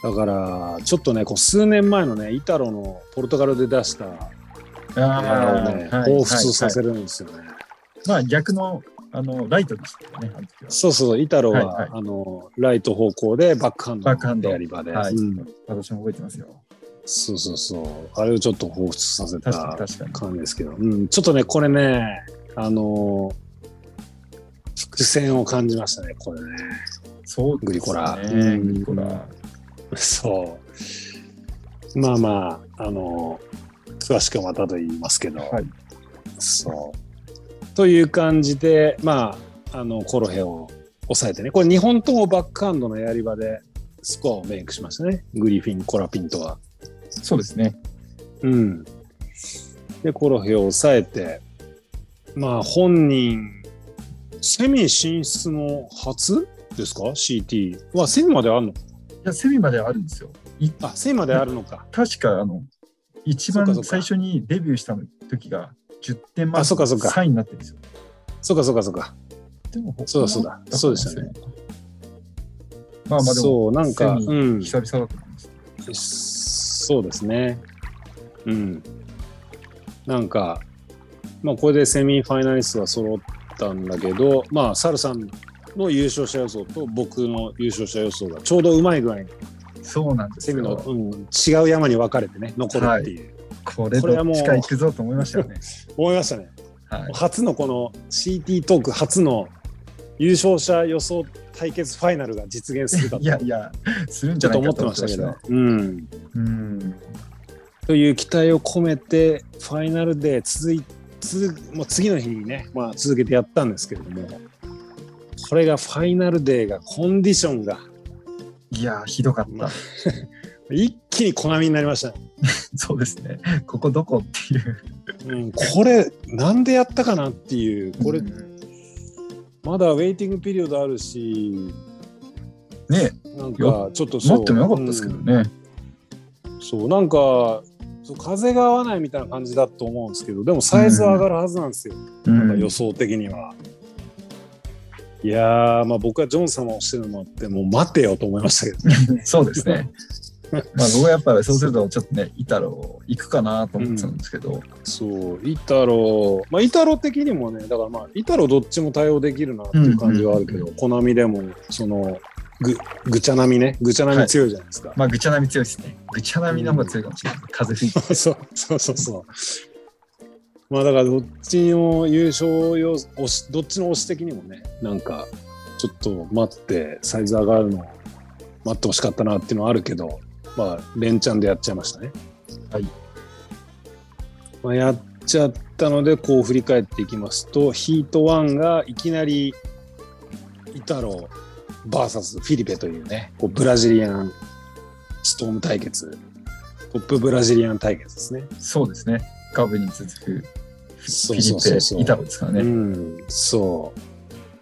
Speaker 3: だからちょっとねこう数年前のねイタロのポルトガルで出した
Speaker 2: あ
Speaker 3: あ
Speaker 2: あ
Speaker 3: れをね
Speaker 2: はい
Speaker 3: 彷彿とさ
Speaker 2: は
Speaker 3: せるんですよね、
Speaker 2: いはいまあ、逆の、あの、ライトでしたね、あの時は。
Speaker 3: そうそうイタロは、
Speaker 2: はいはい
Speaker 3: あのライト方向でバックハンド
Speaker 2: バックハンド
Speaker 3: やり場で、
Speaker 2: はい
Speaker 3: うん
Speaker 2: 私も覚えてますよ。
Speaker 3: そうそうそう。あれをちょっと彷彿させ
Speaker 2: 確かに
Speaker 3: た
Speaker 2: 確かに。
Speaker 3: 感じですけど、うん、ちょっとね、これね、あのー伏線を感じましたね、これね。
Speaker 2: そう
Speaker 3: グリコラ
Speaker 2: です
Speaker 3: う
Speaker 2: ね
Speaker 3: ん
Speaker 2: グリコラ。
Speaker 3: そう。まあまあ、あのー詳しくはまたと言いますけど、
Speaker 2: はい。
Speaker 3: そう。という感じで、まあ、あの、コロヘを抑えてね、これ2本ともバックハンドのやり場でスコアをメイクしましたね、グリフィン、コラピントは。
Speaker 2: そうですね。
Speaker 3: うん。で、コロヘを抑えて、まあ本人、セミ進出の初ですか ?CT。はセミまであるの
Speaker 2: いや、セミまであるんですよ。い
Speaker 3: あ、セミまであるのか。
Speaker 2: 確か、あの、一
Speaker 3: そ
Speaker 2: 番
Speaker 3: うかそうか
Speaker 2: 最初にデビューした時が10点満
Speaker 3: あそうかそうか
Speaker 2: 3位になってるんですよ。
Speaker 3: そうかそうかそうか。
Speaker 2: でも
Speaker 3: そうだそうだ
Speaker 2: 他の
Speaker 3: そうでしたね。
Speaker 2: まあまあでも、
Speaker 3: そう、なんか、
Speaker 2: セミ
Speaker 3: うん。
Speaker 2: 久々だと思います。
Speaker 3: そうですね。うん。なんか、まあ、これでセミファイナリストが揃ったんだけど、まあ、サルさんの優勝者予想と僕の優勝者予想がちょうどうまい具合に、
Speaker 2: そうなんです
Speaker 3: セミの、
Speaker 2: よ。
Speaker 3: うん、違う山に分かれてね、残るっていう。
Speaker 2: これ
Speaker 3: これ
Speaker 2: ど
Speaker 3: はも
Speaker 2: っ
Speaker 3: う
Speaker 2: ちか行くぞと思いましたよね。
Speaker 3: 思いましたね。
Speaker 2: はい。
Speaker 3: 初のこの CT トーク初の優勝者予想対決ファイナルが実現す るか
Speaker 2: いやいや、するんじ
Speaker 3: ちょ
Speaker 2: ゃ
Speaker 3: っ
Speaker 2: な
Speaker 3: と
Speaker 2: いか
Speaker 3: 思って
Speaker 2: と
Speaker 3: ましたけ
Speaker 2: ね
Speaker 3: ど。。うん。
Speaker 2: うん。
Speaker 3: という期待を込めてファイナルで続い続もう次の日にね、まあ、続けてやったんですけれどもこれがファイナルデーがコンディションが
Speaker 2: いや、ひどかった。
Speaker 3: 一気に小波になりましたね、
Speaker 2: そうですね。ここどこっていう。
Speaker 3: うん、これなんでやったかなっていうこれ
Speaker 2: うん
Speaker 3: まだウェイティングピリオドあるし
Speaker 2: ね、
Speaker 3: なんかちょっとそう
Speaker 2: 持ってもよかったですけどね。
Speaker 3: うんそうなんかそう風が合わないみたいな感じだと思うんですけどでもサイズは上がるはずなんですよ、
Speaker 2: うん
Speaker 3: 予想的には。いやー、まあ、僕はジョン様をしてるのもあって、もう待てよと思いましたけどね。
Speaker 2: そうです ね。まあ、僕はやっぱりそうすると、ちょっとね、イタロ行くかなと思ってたんですけど、
Speaker 3: そう、イタロまあ、イタロ的にもね、だからまあ、イタロどっちも対応できるなっていう感じはあるけ
Speaker 2: うん
Speaker 3: ど、コナミでも、その、ぐ、ぐちゃなみね、ぐちゃなみ強いじゃないですか。
Speaker 2: まあ、ぐちゃなみ強いですね。ぐちゃなみの方が強いかもしれない。風吹いて。
Speaker 3: そうそうそうそう。まあだからどっちの優勝要素推しどっちの推し的にもねなんかちょっと待ってサイズ上がるのを待ってほしかったなっていうのはあるけどまあ連チャンでやっちゃいましたね。
Speaker 2: はい。
Speaker 3: まあ、やっちゃったのでこう振り返っていきますとヒート1がいきなりイタロ VS フィリペというねこうブラジリアンストーム対決トップブラジリアン対決ですね。
Speaker 2: そうですね。ガブに続くフ
Speaker 3: そ
Speaker 2: ィ
Speaker 3: うそうそうそう
Speaker 2: リペ、イタロですから
Speaker 3: う
Speaker 2: ね。
Speaker 3: ん、そ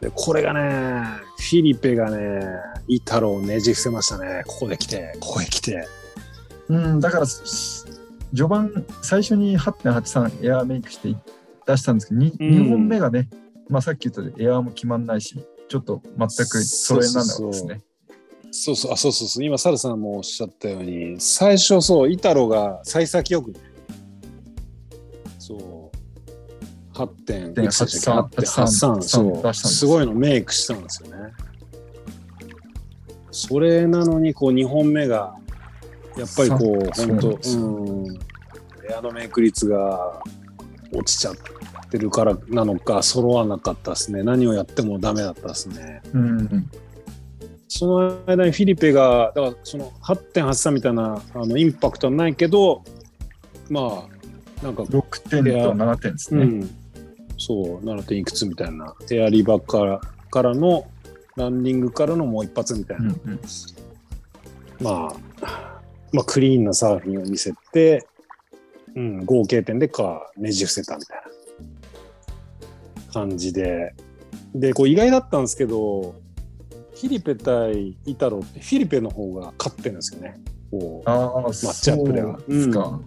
Speaker 3: う。で、これがね、フィリペがね、イタロをねじ伏せましたね。ここで来て、ここへ来て。
Speaker 2: うん、だから、し序盤、最初に8.83エアーメイクして出したんですけど、2,
Speaker 3: うん
Speaker 2: 本目がね、まあ、さっき言ったエアーも決まんないし、ちょっと全く揃えにならなかったですね。
Speaker 3: そうそう、あ、そうそうそう。今、サルさんもおっしゃったように、最初そう、イタロが幸先よくね、そう、8.83
Speaker 2: 8.83
Speaker 3: 8.83
Speaker 2: 出したん
Speaker 3: そう、
Speaker 2: です
Speaker 3: すごいのメイクしたんですよね。それなのに、こう、2本目が、やっぱりこう、
Speaker 2: そうそ
Speaker 3: 本当
Speaker 2: うなんですよ
Speaker 3: うん、エアのメイク率が落ちちゃってるからなのか、揃わなかったですね。何をやってもダメだったですね。
Speaker 2: うん、
Speaker 3: その間にフィリペが、だからその8.83みたいなあのインパクトはないけど、まあ、なんか、
Speaker 2: 6点と7点です
Speaker 3: う
Speaker 2: ね。
Speaker 3: ん、そう、7点いくつみたいな、エアリバーからからの、ランディングからのもう一発みたいな、
Speaker 2: うんうん
Speaker 3: まあ、まあ、クリーンなサーフィンを見せて、うん、合計点でか、ねじ伏せたみたいな感じで、で、こう意外だったんですけど、フィリペ対イタロって、フィリペの方が勝ってるんですよね。こう
Speaker 2: ああ、
Speaker 3: ッチアップでは
Speaker 2: そうですか。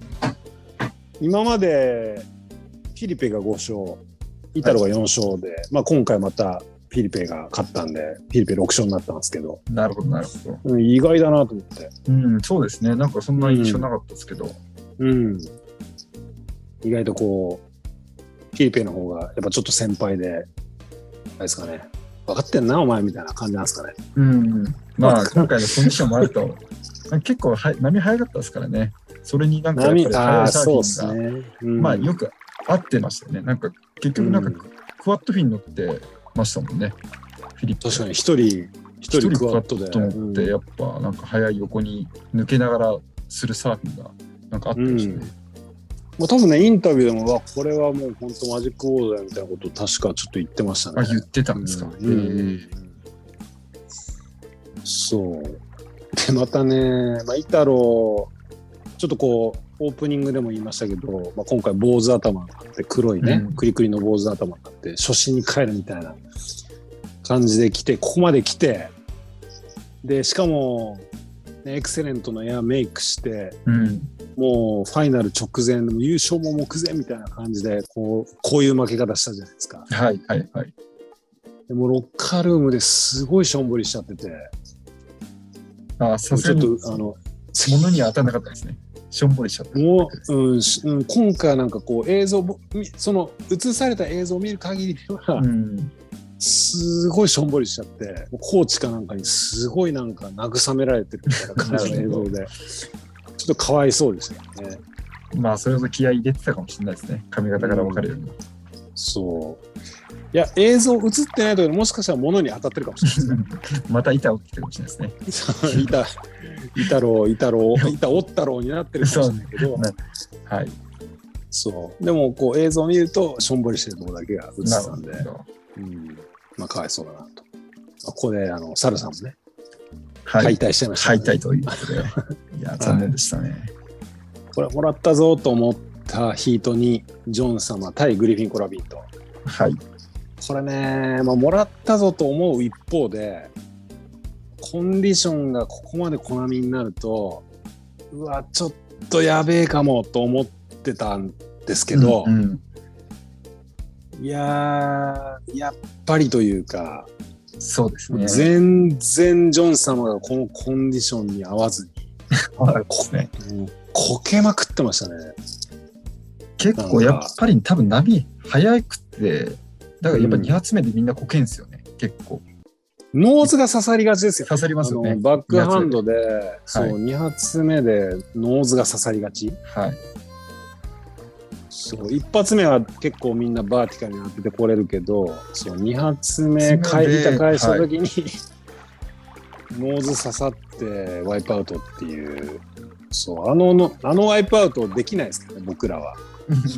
Speaker 3: 今までフィリペが5勝、イタロが4勝で、まあ、今回またフィリペが勝ったんで、フィリペ6勝になったんですけど、
Speaker 2: なるほど、なるほど。
Speaker 3: うん、意外だなと思って。
Speaker 2: うん、そうですね。なんかそんな印象なかったですけど。
Speaker 3: うん、意外とこう、フィリペの方がやっぱちょっと先輩で、あれですかね、分かってんな、お前みたいな感じなんですかね。
Speaker 2: うん。ま
Speaker 3: わ
Speaker 2: あ、
Speaker 3: かる
Speaker 2: 今回のコンディションもあると、結構はい波早かったですからね。それになんかやっぱり
Speaker 3: 波あ
Speaker 2: 早
Speaker 3: あ、
Speaker 2: サーフ
Speaker 3: そう
Speaker 2: ィ
Speaker 3: で
Speaker 2: ンが
Speaker 3: すね。うん
Speaker 2: まあよく合ってましたよね。なんか結局なんか
Speaker 3: うん
Speaker 2: クワットフィン乗ってましたもんね。フィリップ。
Speaker 3: 確かに一人、一人クワットで。
Speaker 2: クワット乗ってやっぱなんか早い横に抜けながらするサーフィンがなんか合ってましたね。
Speaker 3: もう多分ね、インタビューでも、わこれはもう本当マジックウォールだよみたいなことを確かちょっと言ってましたね。
Speaker 2: あ言ってたんですか。
Speaker 3: うん
Speaker 2: えー
Speaker 3: そう。で、またね、まあ、イタロちょっとこう、オープニングでも言いましたけど、まあ、今回坊主頭になって、黒いね、
Speaker 2: うん
Speaker 3: クリクリの坊主頭になって、初心に帰るみたいな感じで来て、ここまで来て、で、しかも、ねエクセレントのエアメイクして、
Speaker 2: うん。
Speaker 3: もうファイナル直前、もう優勝も目前みたいな感じで、こう、こういう負け方したじゃないですか。
Speaker 2: はいはいはい。
Speaker 3: でもうロッカールームですごいしょんぼりしちゃってて、
Speaker 2: あさ
Speaker 3: ち
Speaker 2: すが
Speaker 3: ょっ
Speaker 2: に
Speaker 3: と、あの、
Speaker 2: 物には当たらなかったですね。しょんぼりしちゃった。
Speaker 3: もう、うんしうん、今回なんかこう映像ぼみその映された映像を見る限りでは、
Speaker 2: うん。
Speaker 3: すごいしょんぼりしちゃってもうコーチかなんかにすごいなんか慰められてるみたいな感じの映像 でちょっとかわいそうでしたよね
Speaker 2: まあそれこそ気合い入れてたかもしれないですね。髪型から分かるように。
Speaker 3: そういや映像映ってないところもしかしたら物に当たってるかもし れない
Speaker 2: また板を切ってるかもしれないですね。
Speaker 3: ですね板板郎板郎板折ったろうになってるかもしれないけど
Speaker 2: そうはい。
Speaker 3: そうでもこう映像を見るとしょんぼりしてるところだけが映って
Speaker 2: な
Speaker 3: たんで
Speaker 2: るほど。
Speaker 3: うんまあ、かわいそうだなと。まあ、ここで、あの、サルさんもね、
Speaker 2: は
Speaker 3: 敗
Speaker 2: い。
Speaker 3: 退しちゃいました、
Speaker 2: 敗退ということで。いや、残念でしたね。
Speaker 3: これもらったぞと思ったヒートに、ジョン様対グリフィン・コラビンと。
Speaker 2: はい。
Speaker 3: これね、まあ、もらったぞと思う一方で、コンディションがここまで小波になると、うわ、ちょっとやべえかもと思ってたんですけど、
Speaker 2: うんうん
Speaker 3: いやー、やっぱりというか、
Speaker 2: そうですね。
Speaker 3: 全然ジョン様がこのコンディションに合わずに、
Speaker 2: そうですね
Speaker 3: うんこけまくってましたね。
Speaker 2: 結構やっぱり多分波速くて、だからやっぱ2発目でみんなこけんすよね。結構。
Speaker 3: ノーズが刺さりがちですよ。
Speaker 2: 刺さりますよ
Speaker 3: あ
Speaker 2: ね
Speaker 3: の。バックハンドで、そう、
Speaker 2: はい
Speaker 3: 2発目でノーズが刺さりがち。
Speaker 2: はい。
Speaker 3: そう、1発目は結構みんなバーティカルに当ててこれるけど、そう、2発目、
Speaker 2: 二発目
Speaker 3: 返
Speaker 2: で
Speaker 3: り返した時に、ノーズ刺さってワイプアウトっていう、そう、あのの、あのワイプアウトできないですからね、僕らは。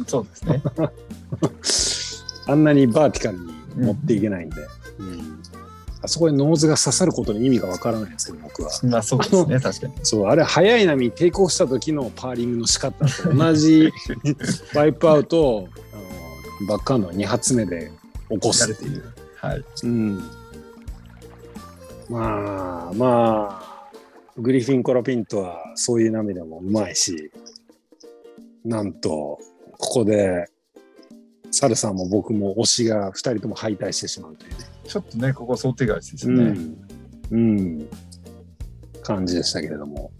Speaker 2: そうですね。
Speaker 3: あんなにバーティカルに持っていけないんで、うんあそこにノーズが刺さることに意味がわからないんですけど、僕は。
Speaker 2: まあそうです ね。確かに。
Speaker 3: そう、あれ、早い波、テイクオフした時のパーリングの仕方と同 じワイプアウトをあのバックハンド2発目で起こ
Speaker 2: や
Speaker 3: す
Speaker 2: れ
Speaker 3: ってて
Speaker 2: い
Speaker 3: いうう。。
Speaker 2: はい。
Speaker 3: うん、まあ、まあ、グリフィン・コラピントはそういう波でもうまいし、なんと、ここで、サルさんも僕も推しが2人とも敗退してしまうというね。
Speaker 2: ちょっとね、ここ想定外ですよ
Speaker 3: う
Speaker 2: ね。
Speaker 3: ん、うん、感じでしたけれども。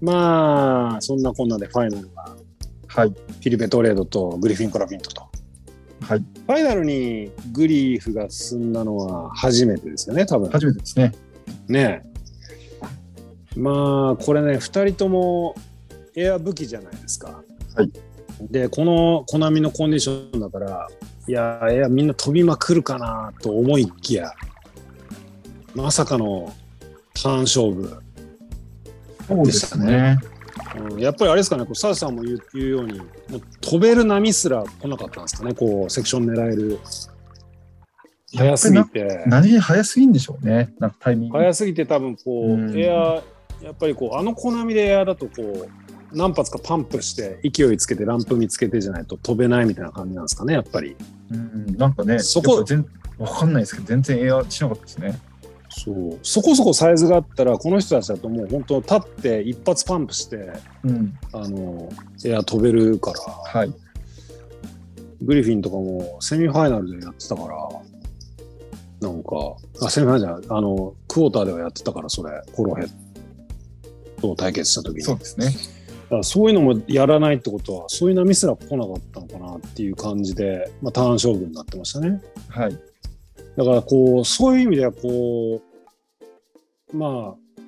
Speaker 3: まあ、そんなこんなでファイナルは
Speaker 2: はい。
Speaker 3: フィリペ・トレードとグリフィン・コラピントと。
Speaker 2: はい。
Speaker 3: ファイナルにグリーフが進んだのは初めてですよね、多分。
Speaker 2: 初めてですね。
Speaker 3: ねえまあ、これね、2人ともエア武器じゃないですか。
Speaker 2: はい
Speaker 3: で、このコナミのコンディションだから、いや、エアみんな飛びまくるかなと思いきや、まさかのターン勝負。
Speaker 2: そうですね。
Speaker 3: うんやっぱりあれですかね、こうサーさんも言う言うように、もう飛べる波すら来なかったんですかね、こう、セクション狙える。早すぎて、
Speaker 2: 何気に早すぎんでしょうね。なんかタイミング。
Speaker 3: 早すぎて、多分こう、
Speaker 2: うん
Speaker 3: エア、やっぱりこう、あの小波でエアだと、こう、何発かパンプして、勢いつけて、ランプ見つけてじゃないと飛べないみたいな感じなんですかね、やっぱり。
Speaker 2: うん、なんかね、
Speaker 3: そこ
Speaker 2: やっぱ全わかんないですけど、全然エアしなかったですね。
Speaker 3: そうそこそこサイズがあったら、この人たちだともう本当、立って一発パンプして、
Speaker 2: うん、
Speaker 3: あの、エア飛べるから、
Speaker 2: はい。
Speaker 3: グリフィンとかもセミファイナルでやってたから、なんか、あ、セミファイナルじゃない、あの、クォーターではやってたから、それ、コロヘッドと対決した時に。
Speaker 2: そうですね。
Speaker 3: だからそういうのもやらないってことは、そういう波すら来なかったのかなっていう感じで、まあ、ターン勝負になってましたね。
Speaker 2: はい。
Speaker 3: だから、こう、そういう意味では、こう、まあ、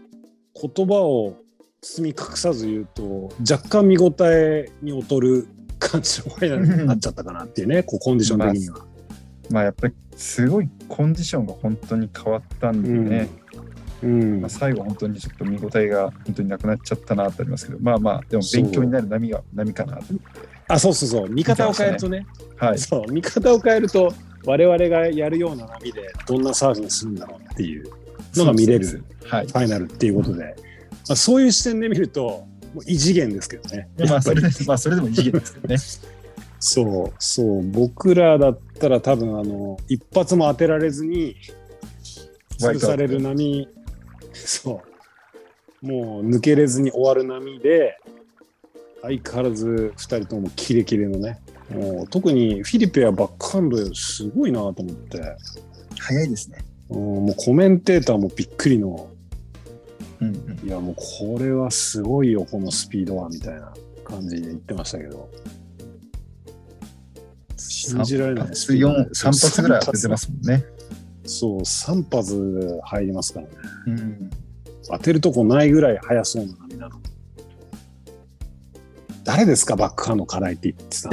Speaker 3: 言葉を包み隠さず言うと若干見応えに劣る感じのファイナルになっちゃったかなっていうね、 こうコンディション的には。
Speaker 2: まあやっぱりすごいコンディションが本当に変わったんでね、
Speaker 3: うん
Speaker 2: まあ、最後本当にちょっと見応えが本当になくなっちゃったなとありますけどまあまあでも勉強になる波が波かなと
Speaker 3: あそうそうそう見方を変えるとね
Speaker 2: はい
Speaker 3: そう見方を変えると我々がやるような波でどんなサーフィンするんだろうっていうのが見れる
Speaker 2: そう
Speaker 3: フ
Speaker 2: ですねはい
Speaker 3: ァイナルっていうことで、まあ、そういう視点で見るともう異次元ですけどね
Speaker 2: ま
Speaker 3: や
Speaker 2: あ
Speaker 3: っぱ
Speaker 2: それ
Speaker 3: り
Speaker 2: でまあそれでも異次元ですけどね
Speaker 3: そうそう僕らだったら多分あの一発も当てられずに
Speaker 2: ワイド
Speaker 3: 潰
Speaker 2: アウト
Speaker 3: される波そうもう抜けれずに終わる波で相変わらず2人ともキレキレのねもう特にフィリペはバックハンドすごいなと思って。
Speaker 2: 早いですね
Speaker 3: うんもうコメンテーターもびっくりの、
Speaker 2: うんうん
Speaker 3: いやもうこれはすごいよ、このスピードはみたいな感じで言ってましたけど、信じられないスピード
Speaker 2: 4 3発ぐらい当ててますもんね
Speaker 3: そう、3発入りますからね、
Speaker 2: うん
Speaker 3: 当てるとこないぐらい速そうな波なの。誰ですか、バックハンド課題って言ってた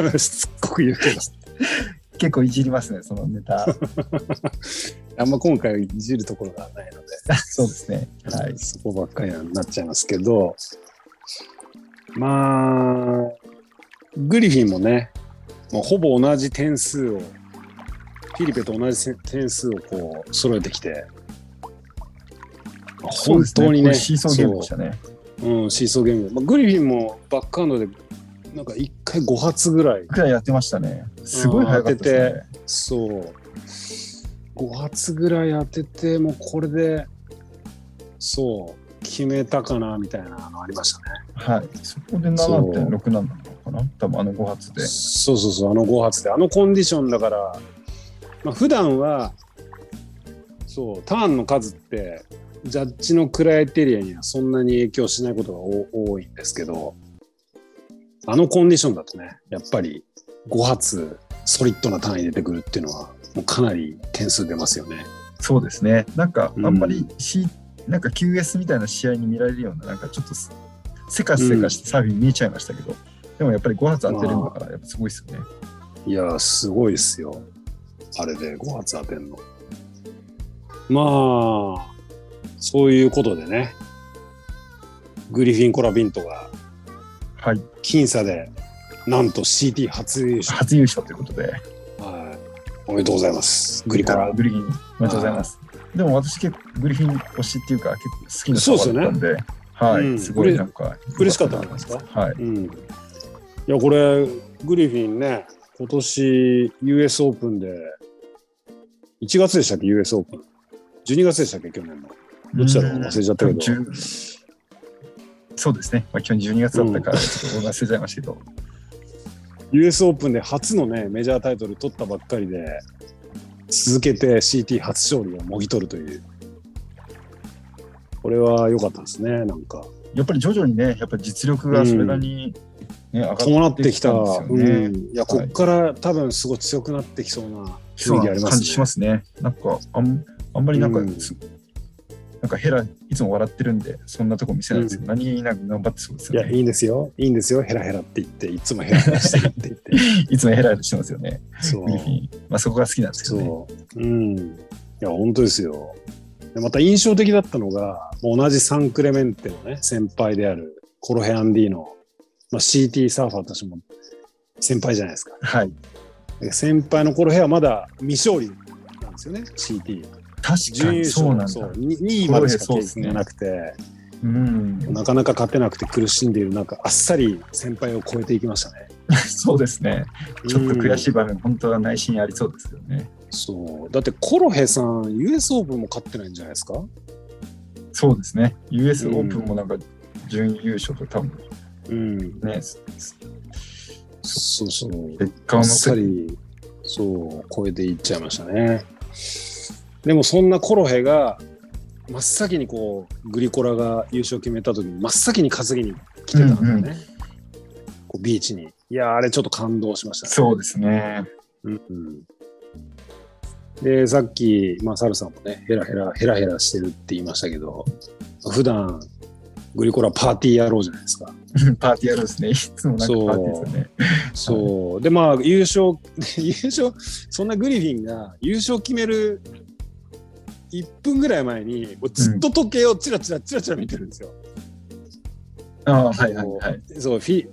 Speaker 3: の しつっこく言うけど。
Speaker 2: 結構いじりますねそのネタ
Speaker 3: あんま今回いじるところがないので。
Speaker 2: そうですねはい
Speaker 3: そこばっかりになっちゃいますけど、まあ、グリフィンもね、もうほぼ同じ点数を、フィリペと同じ点数をこう揃えてきて、まあ
Speaker 2: そう
Speaker 3: 本
Speaker 2: です
Speaker 3: 当に
Speaker 2: こ
Speaker 3: ね、
Speaker 2: れシーソーゲームでしたね
Speaker 3: そううん、シーソーゲーム。まあ、グリフィンもバックハンドで、なんか1回5発ぐらい、
Speaker 2: ぐらいやってましたねすごい早かったですね
Speaker 3: そう、5発ぐらい当てて、もうこれで、そう、決めたかなみたいなのありましたね。
Speaker 2: はいそこで7.6なんだろうかな多分あの5発で
Speaker 3: そうそうそうあの5発であのコンディションだから、まあ普段はそうターンの数ってジャッジのクライテリアにはそんなに影響しないことがお多いんですけどあのコンディションだとねやっぱり5発ソリッドな単位出てくるっていうのはもうかなり点数出ますよね。
Speaker 2: そうですね。なんか、あ
Speaker 3: うん
Speaker 2: んまり、し、なんか QS みたいな試合に見られるような、なんかちょっとす、せかせかしてサーフィン見えちゃいましたけど、でもやっぱり5発当てるんだから、やっぱすごいですよね。
Speaker 3: いやー、すごいですよ。あれで5発当てんの。まあ、そういうことでね、グリフィン・コラビントが
Speaker 2: はい。
Speaker 3: 僅差で、なんと CT 初優勝。
Speaker 2: 初優勝ということで、
Speaker 3: はいおめでとうございます。グリコ
Speaker 2: か
Speaker 3: ラ
Speaker 2: ら。グリフィン、おめでとうございます。でも私、結構、グリフィン推しっていうか、結構好きな
Speaker 3: そう
Speaker 2: 人
Speaker 3: ですよね
Speaker 2: だったんで、は
Speaker 3: うん
Speaker 2: い、すごいなんか、
Speaker 3: 嬉しかったんじゃないですか
Speaker 2: はい。
Speaker 3: うん。いや、これ、グリフィンね、今年 US オープンで、1月でしたっけ、US オープン。12月でしたっけ、去年の。どっちだろう忘れちゃったけど
Speaker 2: うん10そうですね。まあ、去年12月だったから、ちょっと忘れちゃいましたけど、
Speaker 3: US オープンで初のねメジャータイトル取ったばっかりで続けて CT 初勝利をもぎ取るというこれは良かったですねなんか
Speaker 2: やっぱり徐々にね、やっぱり実力がそれなりに、ね、上
Speaker 3: 伴
Speaker 2: がっ
Speaker 3: ってて
Speaker 2: き
Speaker 3: き
Speaker 2: た
Speaker 3: た
Speaker 2: んですよね。
Speaker 3: うん、いやこっから多分すごい強くなってきそうな雰
Speaker 2: そう
Speaker 3: 囲気あ
Speaker 2: な
Speaker 3: りま
Speaker 2: 感
Speaker 3: す
Speaker 2: じ
Speaker 3: ね
Speaker 2: しますね。なんかあんあんまりなんか、
Speaker 3: うん
Speaker 2: すなんかヘラいつも笑ってるんでそんなとこ見せないんですけど、何気になんか頑張ってそうです
Speaker 3: い
Speaker 2: よ
Speaker 3: や
Speaker 2: ね。
Speaker 3: いいんですよいいんですよヘラヘラって言っていつもヘラヘラしてるって言 って
Speaker 2: いつもヘラヘラしてますよね。
Speaker 3: そう
Speaker 2: グリフィンまあそこが好きなんですけどね。
Speaker 3: そう。うん。いや、本当ですよ。でまた印象的だったのが、もう同じサンクレメンテのね、先輩であるコロヘアンディの、まあ、CT サーファーたちも先輩じゃないですか。
Speaker 2: はい。
Speaker 3: で先輩のコロヘアはまだ未勝利なんですよね、CT。
Speaker 2: 確かにそうなん
Speaker 3: そう
Speaker 2: だ。
Speaker 3: 2位までしか
Speaker 2: コロヘアそう
Speaker 3: 経
Speaker 2: ですね
Speaker 3: 験がなくて、
Speaker 2: うん。
Speaker 3: なかなか勝てなくて苦しんでいる中、あっさり先輩を超えていきましたね。
Speaker 2: そうですね。ちょっと悔し
Speaker 3: い
Speaker 2: い場面、本当は内心ありそうですよね。
Speaker 3: そう。だってコロヘさん、US オープンも勝ってないんじゃないですか
Speaker 2: そうですね。US オ
Speaker 3: うん
Speaker 2: ープンもなんか準優勝と多分
Speaker 3: うん。
Speaker 2: ね、
Speaker 3: そうそう。
Speaker 2: 結果を
Speaker 3: あ
Speaker 2: 残
Speaker 3: っさり、そう、超えていっちゃいましたね。でもそんなコロヘが、真っ先にこう、グリコラが優勝決めた時に、真っ先に稼ぎに来てたんだよね。こうビーチに。いやー、あれちょっと感動しましたね。
Speaker 2: そうですね。
Speaker 3: うんうんで、さっき、まあ、サルさんもね、ヘラヘラ、ヘラヘラしてるって言いましたけど、普段グリコラパーティー野郎じゃないですか。
Speaker 2: パーティーやるんですね。いつもなんかパーティーですよね。
Speaker 3: そう。で、まあ、優勝、 優勝、そんなグリフィンが優勝決める1分ぐらい前に、もうずっと時計をチラチラチラチラ見てるんですよ。
Speaker 2: ああ、はいはいはい。
Speaker 3: そう、フィ、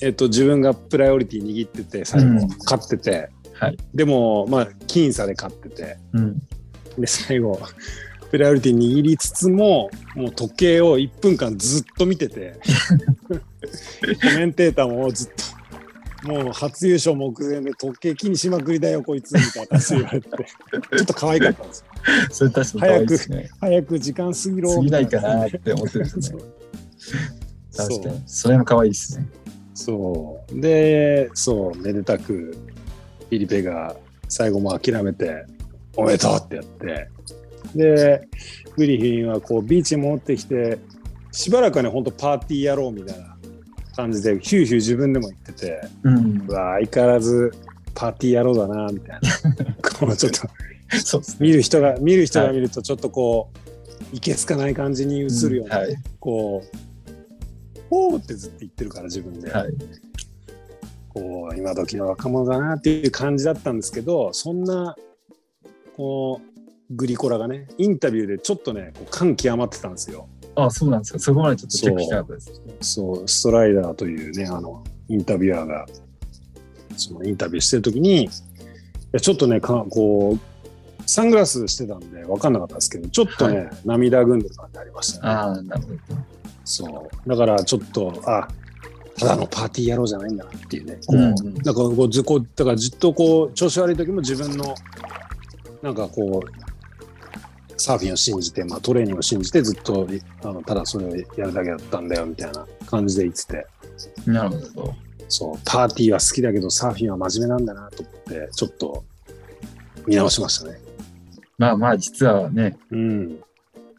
Speaker 3: えっと、自分がプライオリティ握ってて、最後、
Speaker 2: うん
Speaker 3: 勝ってて、
Speaker 2: はい
Speaker 3: でも、まあ、僅差で勝ってて、
Speaker 2: うん。
Speaker 3: で、最後、プライオリティ握りつつも、もう時計を1分間ずっと見てて、コメンテーターもずっと、もう初優勝目前で時計気にしまくりだよ、こいつ、みたいな話言われて、ちょっと可愛かったんですよ。
Speaker 2: それ確かに可愛いですね。
Speaker 3: 早く時間過ぎろ。
Speaker 2: 過ぎないかなって思ってるんですよね。
Speaker 3: そ
Speaker 2: 確
Speaker 3: う
Speaker 2: かに。それも可愛いですね。
Speaker 3: そう。で、そう、めでたく、フィリペが最後も諦めて、おめでとうってやって、で、グリフィンはこう、ビーチに戻ってきて、しばらくはね、ほんとパーティーやろうみたいな感じで、ヒューヒュー自分でも言ってて、
Speaker 2: うん
Speaker 3: う。わ、相変わらずパーティーやろうだな、みたい な。こう、ちょっと、
Speaker 2: そうですね。
Speaker 3: 見る人が、見る人が見ると、ちょっとこう、いけつかない感じに映るような、
Speaker 2: はい。
Speaker 3: こう、おーってずっと言ってるから、自分で。
Speaker 2: はい。
Speaker 3: こう今時の若者だなっていう感じだったんですけどそんなこうグリコラがねインタビューでちょっとねこう感極まってたんですよ
Speaker 2: ああ、そうなんですか。そこまでちょっとチェックしなかったです。
Speaker 3: そうストライダーというねあのインタビュアーがそのインタビューしてる時にいやちょっとねかこうサングラスしてたんで分かんなかったんですけどちょっとね、
Speaker 2: は
Speaker 3: 涙ぐんでる感じありましたね
Speaker 2: ああ、なるほど。
Speaker 3: そう。だからちょっと、あ、ただのパーティー野郎じゃないんだなっていうね。こう、
Speaker 2: うん
Speaker 3: なんかこうずこう、だからずっとこう、調子悪い時も自分の、なんかこう、サーフィンを信じて、まあ、トレーニングを信じてずっとあのただそれをやるだけだったんだよみたいな感じで言ってて
Speaker 2: なるほど。
Speaker 3: そうパーティーは好きだけどサーフィンは真面目なんだなと思ってちょっと見直しましたね。
Speaker 2: まあまあ、実はね、
Speaker 3: うん、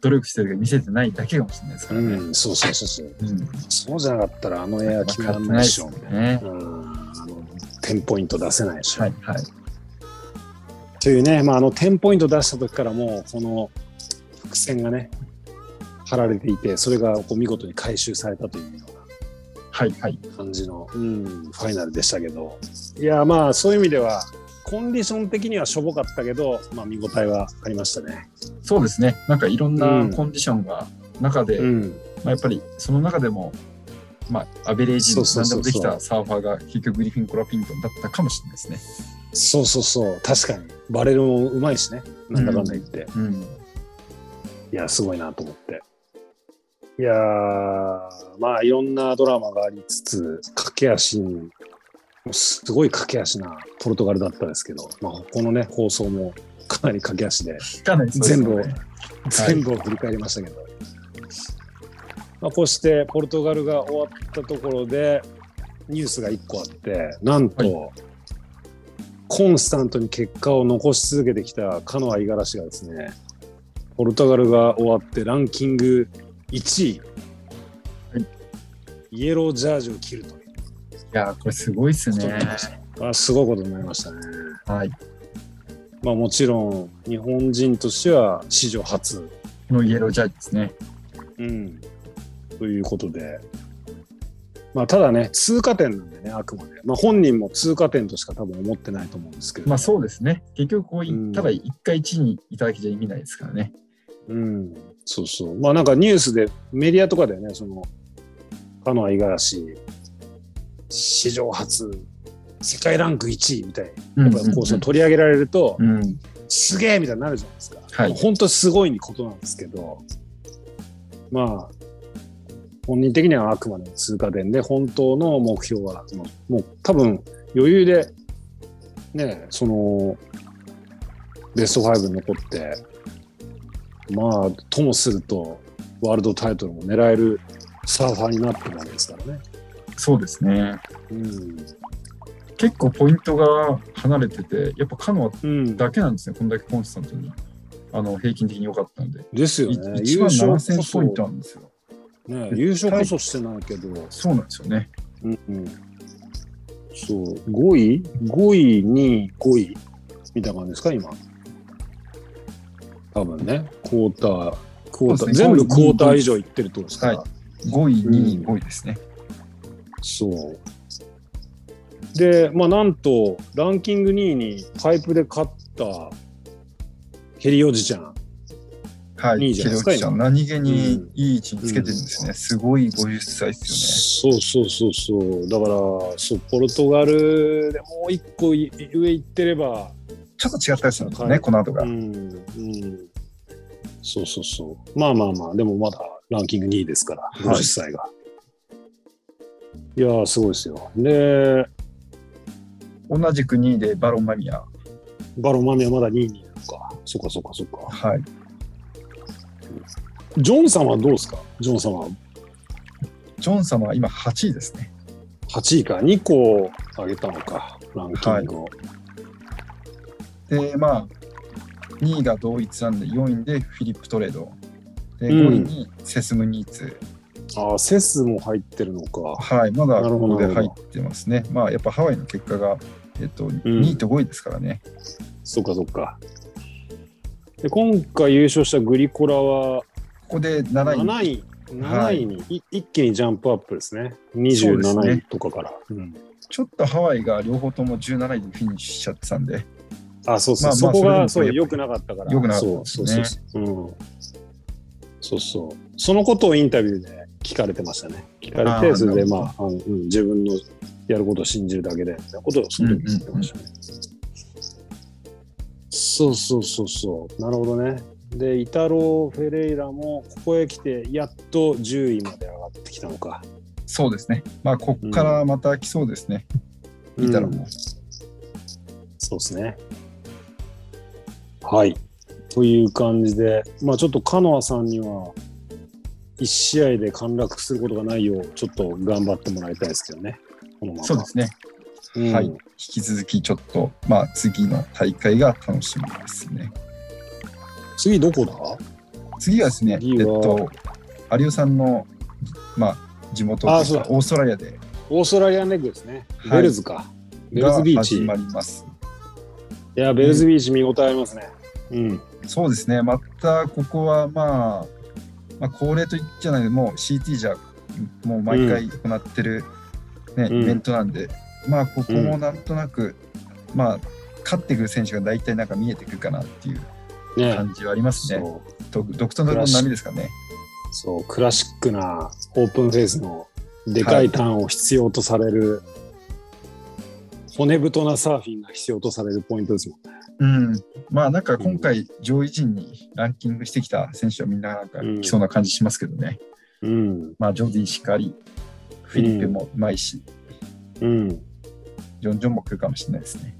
Speaker 2: 努力してるけど見せてないだけかもしれないですから
Speaker 3: う
Speaker 2: ね。
Speaker 3: ん、そうそうそうそう
Speaker 2: うん。
Speaker 3: そうじゃなかったらあのエア決まら
Speaker 2: っ
Speaker 3: な
Speaker 2: ないい
Speaker 3: で
Speaker 2: で
Speaker 3: し
Speaker 2: す
Speaker 3: ょ
Speaker 2: よね。
Speaker 3: あの10ポイント出せないでしょ、
Speaker 2: はいはい。
Speaker 3: というね、まあ、あの10ポイント出した時からもうこの伏線がね張られていてそれがこう見事に回収されたというよ
Speaker 2: はいはい。
Speaker 3: うな感じの、うん、ファイナルでしたけどいやまあそういう意味ではコンディション的にはしょぼかったけど、まあ、見応えはありましたね。
Speaker 2: そうですね。なんかいろん
Speaker 3: う
Speaker 2: なんコンディションが中で、
Speaker 3: うん、
Speaker 2: まあ、やっぱりその中でも、まあ、アベレージ
Speaker 3: そう
Speaker 2: に
Speaker 3: そう
Speaker 2: 何で
Speaker 3: そう
Speaker 2: も
Speaker 3: そう
Speaker 2: できたサーファーが結局グリフィン・コラピントンだったかもしれないですね。
Speaker 3: そうそうそう確かにバレルもうまいしねなんだかんだ言って、
Speaker 2: うん。
Speaker 3: いや、すごいなと思って。いやー、まあ、いろんなドラマがありつつ、駆け足に、もうすごい駆け足なポルトガルだったですけど、まあ、このね、放送もかなり駆け足で、
Speaker 2: かなりそうです
Speaker 3: 全部を、
Speaker 2: ね。
Speaker 3: 全部を振り返りましたけど、まあ、こうしてポルトガルが終わったところで、ニュースが1個あって、なんと、コンスタントに結果を残し続けてきたカノア・五十嵐がですね、ポルトガルが終わってランキング1位、
Speaker 2: はい
Speaker 3: イエロージャージを切るという
Speaker 2: いやー、これすごいです
Speaker 3: ことに
Speaker 2: ね
Speaker 3: な。りました。あすごいことになりましたね。
Speaker 2: はい。
Speaker 3: まあ、もちろん日本人としては史上初、
Speaker 2: のイエロージャージですね。
Speaker 3: うん、ということで、まあ、ただね通過点なんでねあくまで、まあ、本人も通過点としか多分思ってないと思うんですけど、
Speaker 2: まあそうですね。結局こうい、
Speaker 3: うん
Speaker 2: ただ一回一位にいただけじゃ意味ないですからね。
Speaker 3: うん、そうそう。まあなんかニュースで、メディアとかでね、その、カノア・イガラシ、史上初、世界ランク1位みたい
Speaker 2: うん
Speaker 3: な、やっぱこうその取り上げられると、
Speaker 2: うんうん
Speaker 3: すげえみたいになるじゃないですか。
Speaker 2: はい
Speaker 3: 本当すごいことなんですけど、まあ、本人的にはあくまでも通過点で、本当の目標は、もうもう多分余裕で、ね、その、ベスト5に残って、まあ、ともすると、ワールドタイトルも狙えるサーファーになってるわけですからね。
Speaker 2: そうですね。
Speaker 3: うん。
Speaker 2: 結構ポイントが離れてて、やっぱカノ
Speaker 3: うん
Speaker 2: ア、だけなんですね。こんだけコンスタントに。あの平均的に良かったんで。
Speaker 3: ですよね。
Speaker 2: 1万
Speaker 3: こ
Speaker 2: 7000
Speaker 3: そ
Speaker 2: ポイントなんですよ。
Speaker 3: ね、優勝こそしてないけど、
Speaker 2: そうなんですよね。
Speaker 3: うんうん、そう、5位 ?5 位、2位、5位みたいな感じですか、今。多分ね、クォーター、クォーター、
Speaker 2: そうですね
Speaker 3: 全部
Speaker 2: 5位
Speaker 3: クォーター以上いってるってことですから、
Speaker 2: は5位、2位、5位ですね。
Speaker 3: そう。で、まあ、なんと、ランキング2位にパイプで勝ったヘリおじちゃん。
Speaker 2: はい
Speaker 3: い
Speaker 2: い
Speaker 3: いじゃないですか
Speaker 2: ちゃん、何気
Speaker 3: う
Speaker 2: に
Speaker 3: ん
Speaker 2: いい位置につけてるんですね。すごい50歳です
Speaker 3: そうそうそうそう。だから、そう、ポルトガルでもう一個い上行ってれば、
Speaker 2: よね。ちょっと違ったりするんですね、
Speaker 3: はい
Speaker 2: この後が。
Speaker 3: うん、うん。そうそうそう。まあまあまあ、でもまだランキング2位ですから、
Speaker 2: い
Speaker 3: 50歳が。い、やー、すごいですよ。で、
Speaker 2: 同じく2位でバロンマニア。
Speaker 3: バロンマミはまだ2位にいるのか。そっかそっかそっか。
Speaker 2: はい。
Speaker 3: ジョンさんはどうですかジョンさんは
Speaker 2: ジョン様は今8位ですね。
Speaker 3: 8位か、2個上げたのか、ランキングを。
Speaker 2: で、まあ、2位が同一なんで、4位でフィリップ・トレード。で、
Speaker 3: うん
Speaker 2: 5位にセスム・ニーツ。
Speaker 3: ああ、セスも入ってるのか。
Speaker 2: はい、まだ
Speaker 3: なる
Speaker 2: こ
Speaker 3: ほど
Speaker 2: こで
Speaker 3: な
Speaker 2: 入
Speaker 3: るほ
Speaker 2: ってますね。まあ、やっぱハワイの結果が、えっと、2位と5位ですからね。
Speaker 3: そっかそっか。で、今回優勝したグリコラは
Speaker 2: ここで7位に
Speaker 3: 7位、
Speaker 2: は
Speaker 3: 7
Speaker 2: い
Speaker 3: 位に、い一気にジャンプアップですね。
Speaker 2: そうです
Speaker 3: 27位
Speaker 2: ね
Speaker 3: とかから。うん
Speaker 2: ちょっとハワイが両方とも17位でフィニッシュしちゃってたんで、
Speaker 3: あ、そうそ
Speaker 2: まあ
Speaker 3: う、
Speaker 2: まあ
Speaker 3: そこが
Speaker 2: そ
Speaker 3: そ
Speaker 2: れ
Speaker 3: う
Speaker 2: でも
Speaker 3: 良くなかったから。
Speaker 2: 良くなかった
Speaker 3: そうそうそう
Speaker 2: ね
Speaker 3: そう、うん。そうそう。そのことをインタビューで聞かれてましたね。聞かれ
Speaker 2: あ
Speaker 3: て、
Speaker 2: ー
Speaker 3: それで
Speaker 2: なる
Speaker 3: まああの、うん、自分のやることを信じるだけで、みたいなことをその時言ってましたね。そうそうそうそう。なるほどね。で、イタロ・フェレイラもここへ来て、やっと10位まで上がってきたのか。
Speaker 2: そうですね。まあ、ここからまた来そうですね。
Speaker 3: うん
Speaker 2: イタロも
Speaker 3: そうですね。はい。という感じで、まあちょっとカノアさんには、1試合で陥落することがないよう、ちょっと頑張ってもらいたいですけどね。このまま。
Speaker 2: そうですね。
Speaker 3: うん
Speaker 2: はい引き続きちょっと、まあ、次の大会が楽しみですね。
Speaker 3: 次どこだ
Speaker 2: 次はですね、え
Speaker 3: 次
Speaker 2: っ
Speaker 3: は
Speaker 2: と、有オさんの、まあ、地元と
Speaker 3: あ
Speaker 2: い
Speaker 3: そうう
Speaker 2: か
Speaker 3: だ
Speaker 2: オーストラリアで
Speaker 3: オーストラリアンレッグですね。
Speaker 2: はい
Speaker 3: ベルズか。ベル
Speaker 2: が
Speaker 3: ズビーチ。
Speaker 2: 始
Speaker 3: い
Speaker 2: まります。
Speaker 3: や、ベルズビーチ見応えありますね。うん。
Speaker 2: そうですね、またここは、まあ、まあ、恒例と言っちゃないもう CT じゃもう毎回行ってる、ね
Speaker 3: うん
Speaker 2: イベントなんで、まあ、ここもなんとなく、まあ、勝ってくる選手が大体なんか見えてくるかなっていう
Speaker 3: ね。
Speaker 2: 感じはありますね。
Speaker 3: そう。
Speaker 2: 独独特の波ですかね。
Speaker 3: そう、クラシックなオープンフェイスのでかいターンを必要とされる、骨太なサーフィンが必要とされるポイントですもんね。
Speaker 2: うん、まあなんか今回上位陣にランキングしてきた選手はみんななんか来そうな感じしますけどね。
Speaker 3: うん、
Speaker 2: まあジョディしかり、フィリッペもうまいし、
Speaker 3: うん、
Speaker 2: ジョン・ジョンも来るかもしれないですね。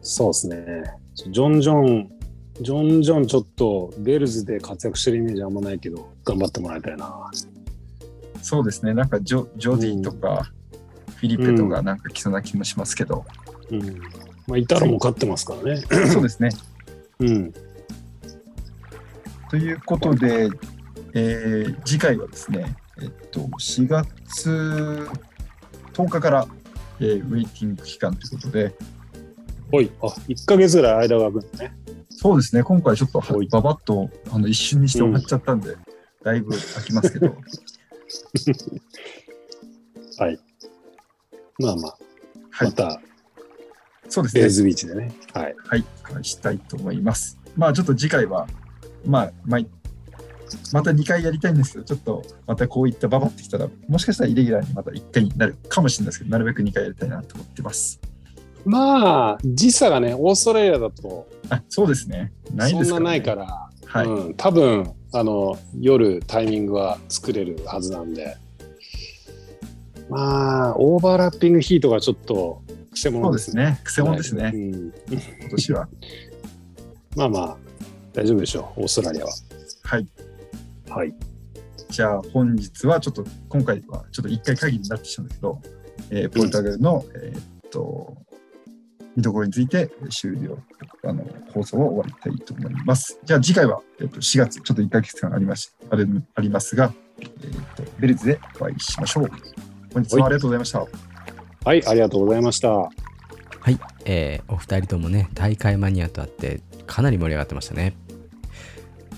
Speaker 3: そうですね。ジョン・ジョン、ジョン・ジョン、ちょっとベルズで活躍してるイメージあんまないけど、頑張ってもらいたいな。
Speaker 2: そうですね、なんかジョジョディとかフィリペとかなんか来そうな気もしますけ ど、
Speaker 3: うん。まあ、イタロも勝ってますからね。
Speaker 2: そうですね。
Speaker 3: うん。
Speaker 2: ということで、えー次回はですね、えっと、4月10日から、えーウェイティング期間ということで、
Speaker 3: おい、あ、1ヶ月ぐらい間が空くんだね。
Speaker 2: そうですね、今回ちょっとは
Speaker 3: おい
Speaker 2: ババッとあの一瞬にして終わっちゃったんで、だいぶ空きますけ ど、
Speaker 3: はい。まあまあ、
Speaker 2: はい
Speaker 3: ま、た
Speaker 2: そうです
Speaker 3: ベ
Speaker 2: ね
Speaker 3: ル、ズビーチでね。はい。
Speaker 2: はい、話したいと思います。まあちょっと次回は、まあ、まあまた2回やりたいんですけど、ちょっとまたこういったババってきたら、もしかしたらイレギュラーにまた1回になるかもしれないですけど、なるべく2回やりたいなと思ってます。
Speaker 3: まあ、時差がね、オーストラリアだと
Speaker 2: あ、そうですね。ない
Speaker 3: そ
Speaker 2: で
Speaker 3: ん
Speaker 2: す
Speaker 3: な
Speaker 2: か、
Speaker 3: ないから、
Speaker 2: はい、
Speaker 3: うん、多分あの夜タイミングは作れるはずなんで、まあ、オーバーラッピングヒートがちょっとくせ
Speaker 2: そ
Speaker 3: 者
Speaker 2: う
Speaker 3: で
Speaker 2: ですす
Speaker 3: ね。
Speaker 2: ね。くせ者ですね、
Speaker 3: うん
Speaker 2: 今年は。
Speaker 3: まあまあ、大丈夫でしょう、オーストラリアは。
Speaker 2: はい。
Speaker 3: はい。
Speaker 2: じゃあ本日はちょっと今回はちょっと1回限りになってしまうんだけど、えーポルタガルの、えーっと見どころについて終了あの放送を終わりたいと思います。じゃあ次回は、えーっと4月ちょっと1ヶ月間ありましあれありますが、えーっとベルズでお会いしましょう。本日はありがとうございました。
Speaker 3: はい、ありがとうございました。
Speaker 1: はい、えーお二人ともね大会マニアとあってかなり盛り上がってましたね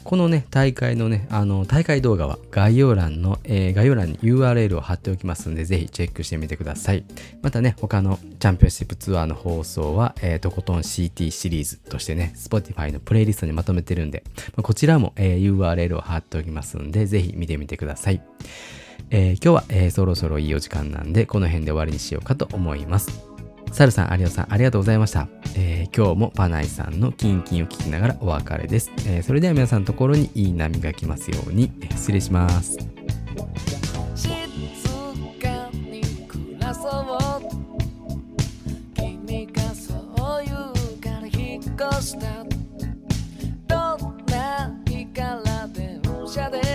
Speaker 1: このね、大会のね、あの、大会動画は概要欄の、えー概要欄に URL を貼っておきますので、ぜひチェックしてみてください。またね、他のチャンピオンシップツアーの放送は、えーとことん CT シリーズとしてね、Spotify のプレイリストにまとめてるんで、まあこちらも、えー URL を貼っておきますので、ぜひ見てみてください。えー今日は、えーそろそろいいお時間なんで、この辺で終わりにしようかと思います。サルさん、アリオさん、ありがとうございました。えー今日もパナイさんのキンキンを聞きながらお別れです。えーそれでは皆さんのところにいい波が来ますように、えー失礼します。
Speaker 4: 静かに暮らそう君がそう言うから引っ越したどんな日から電車で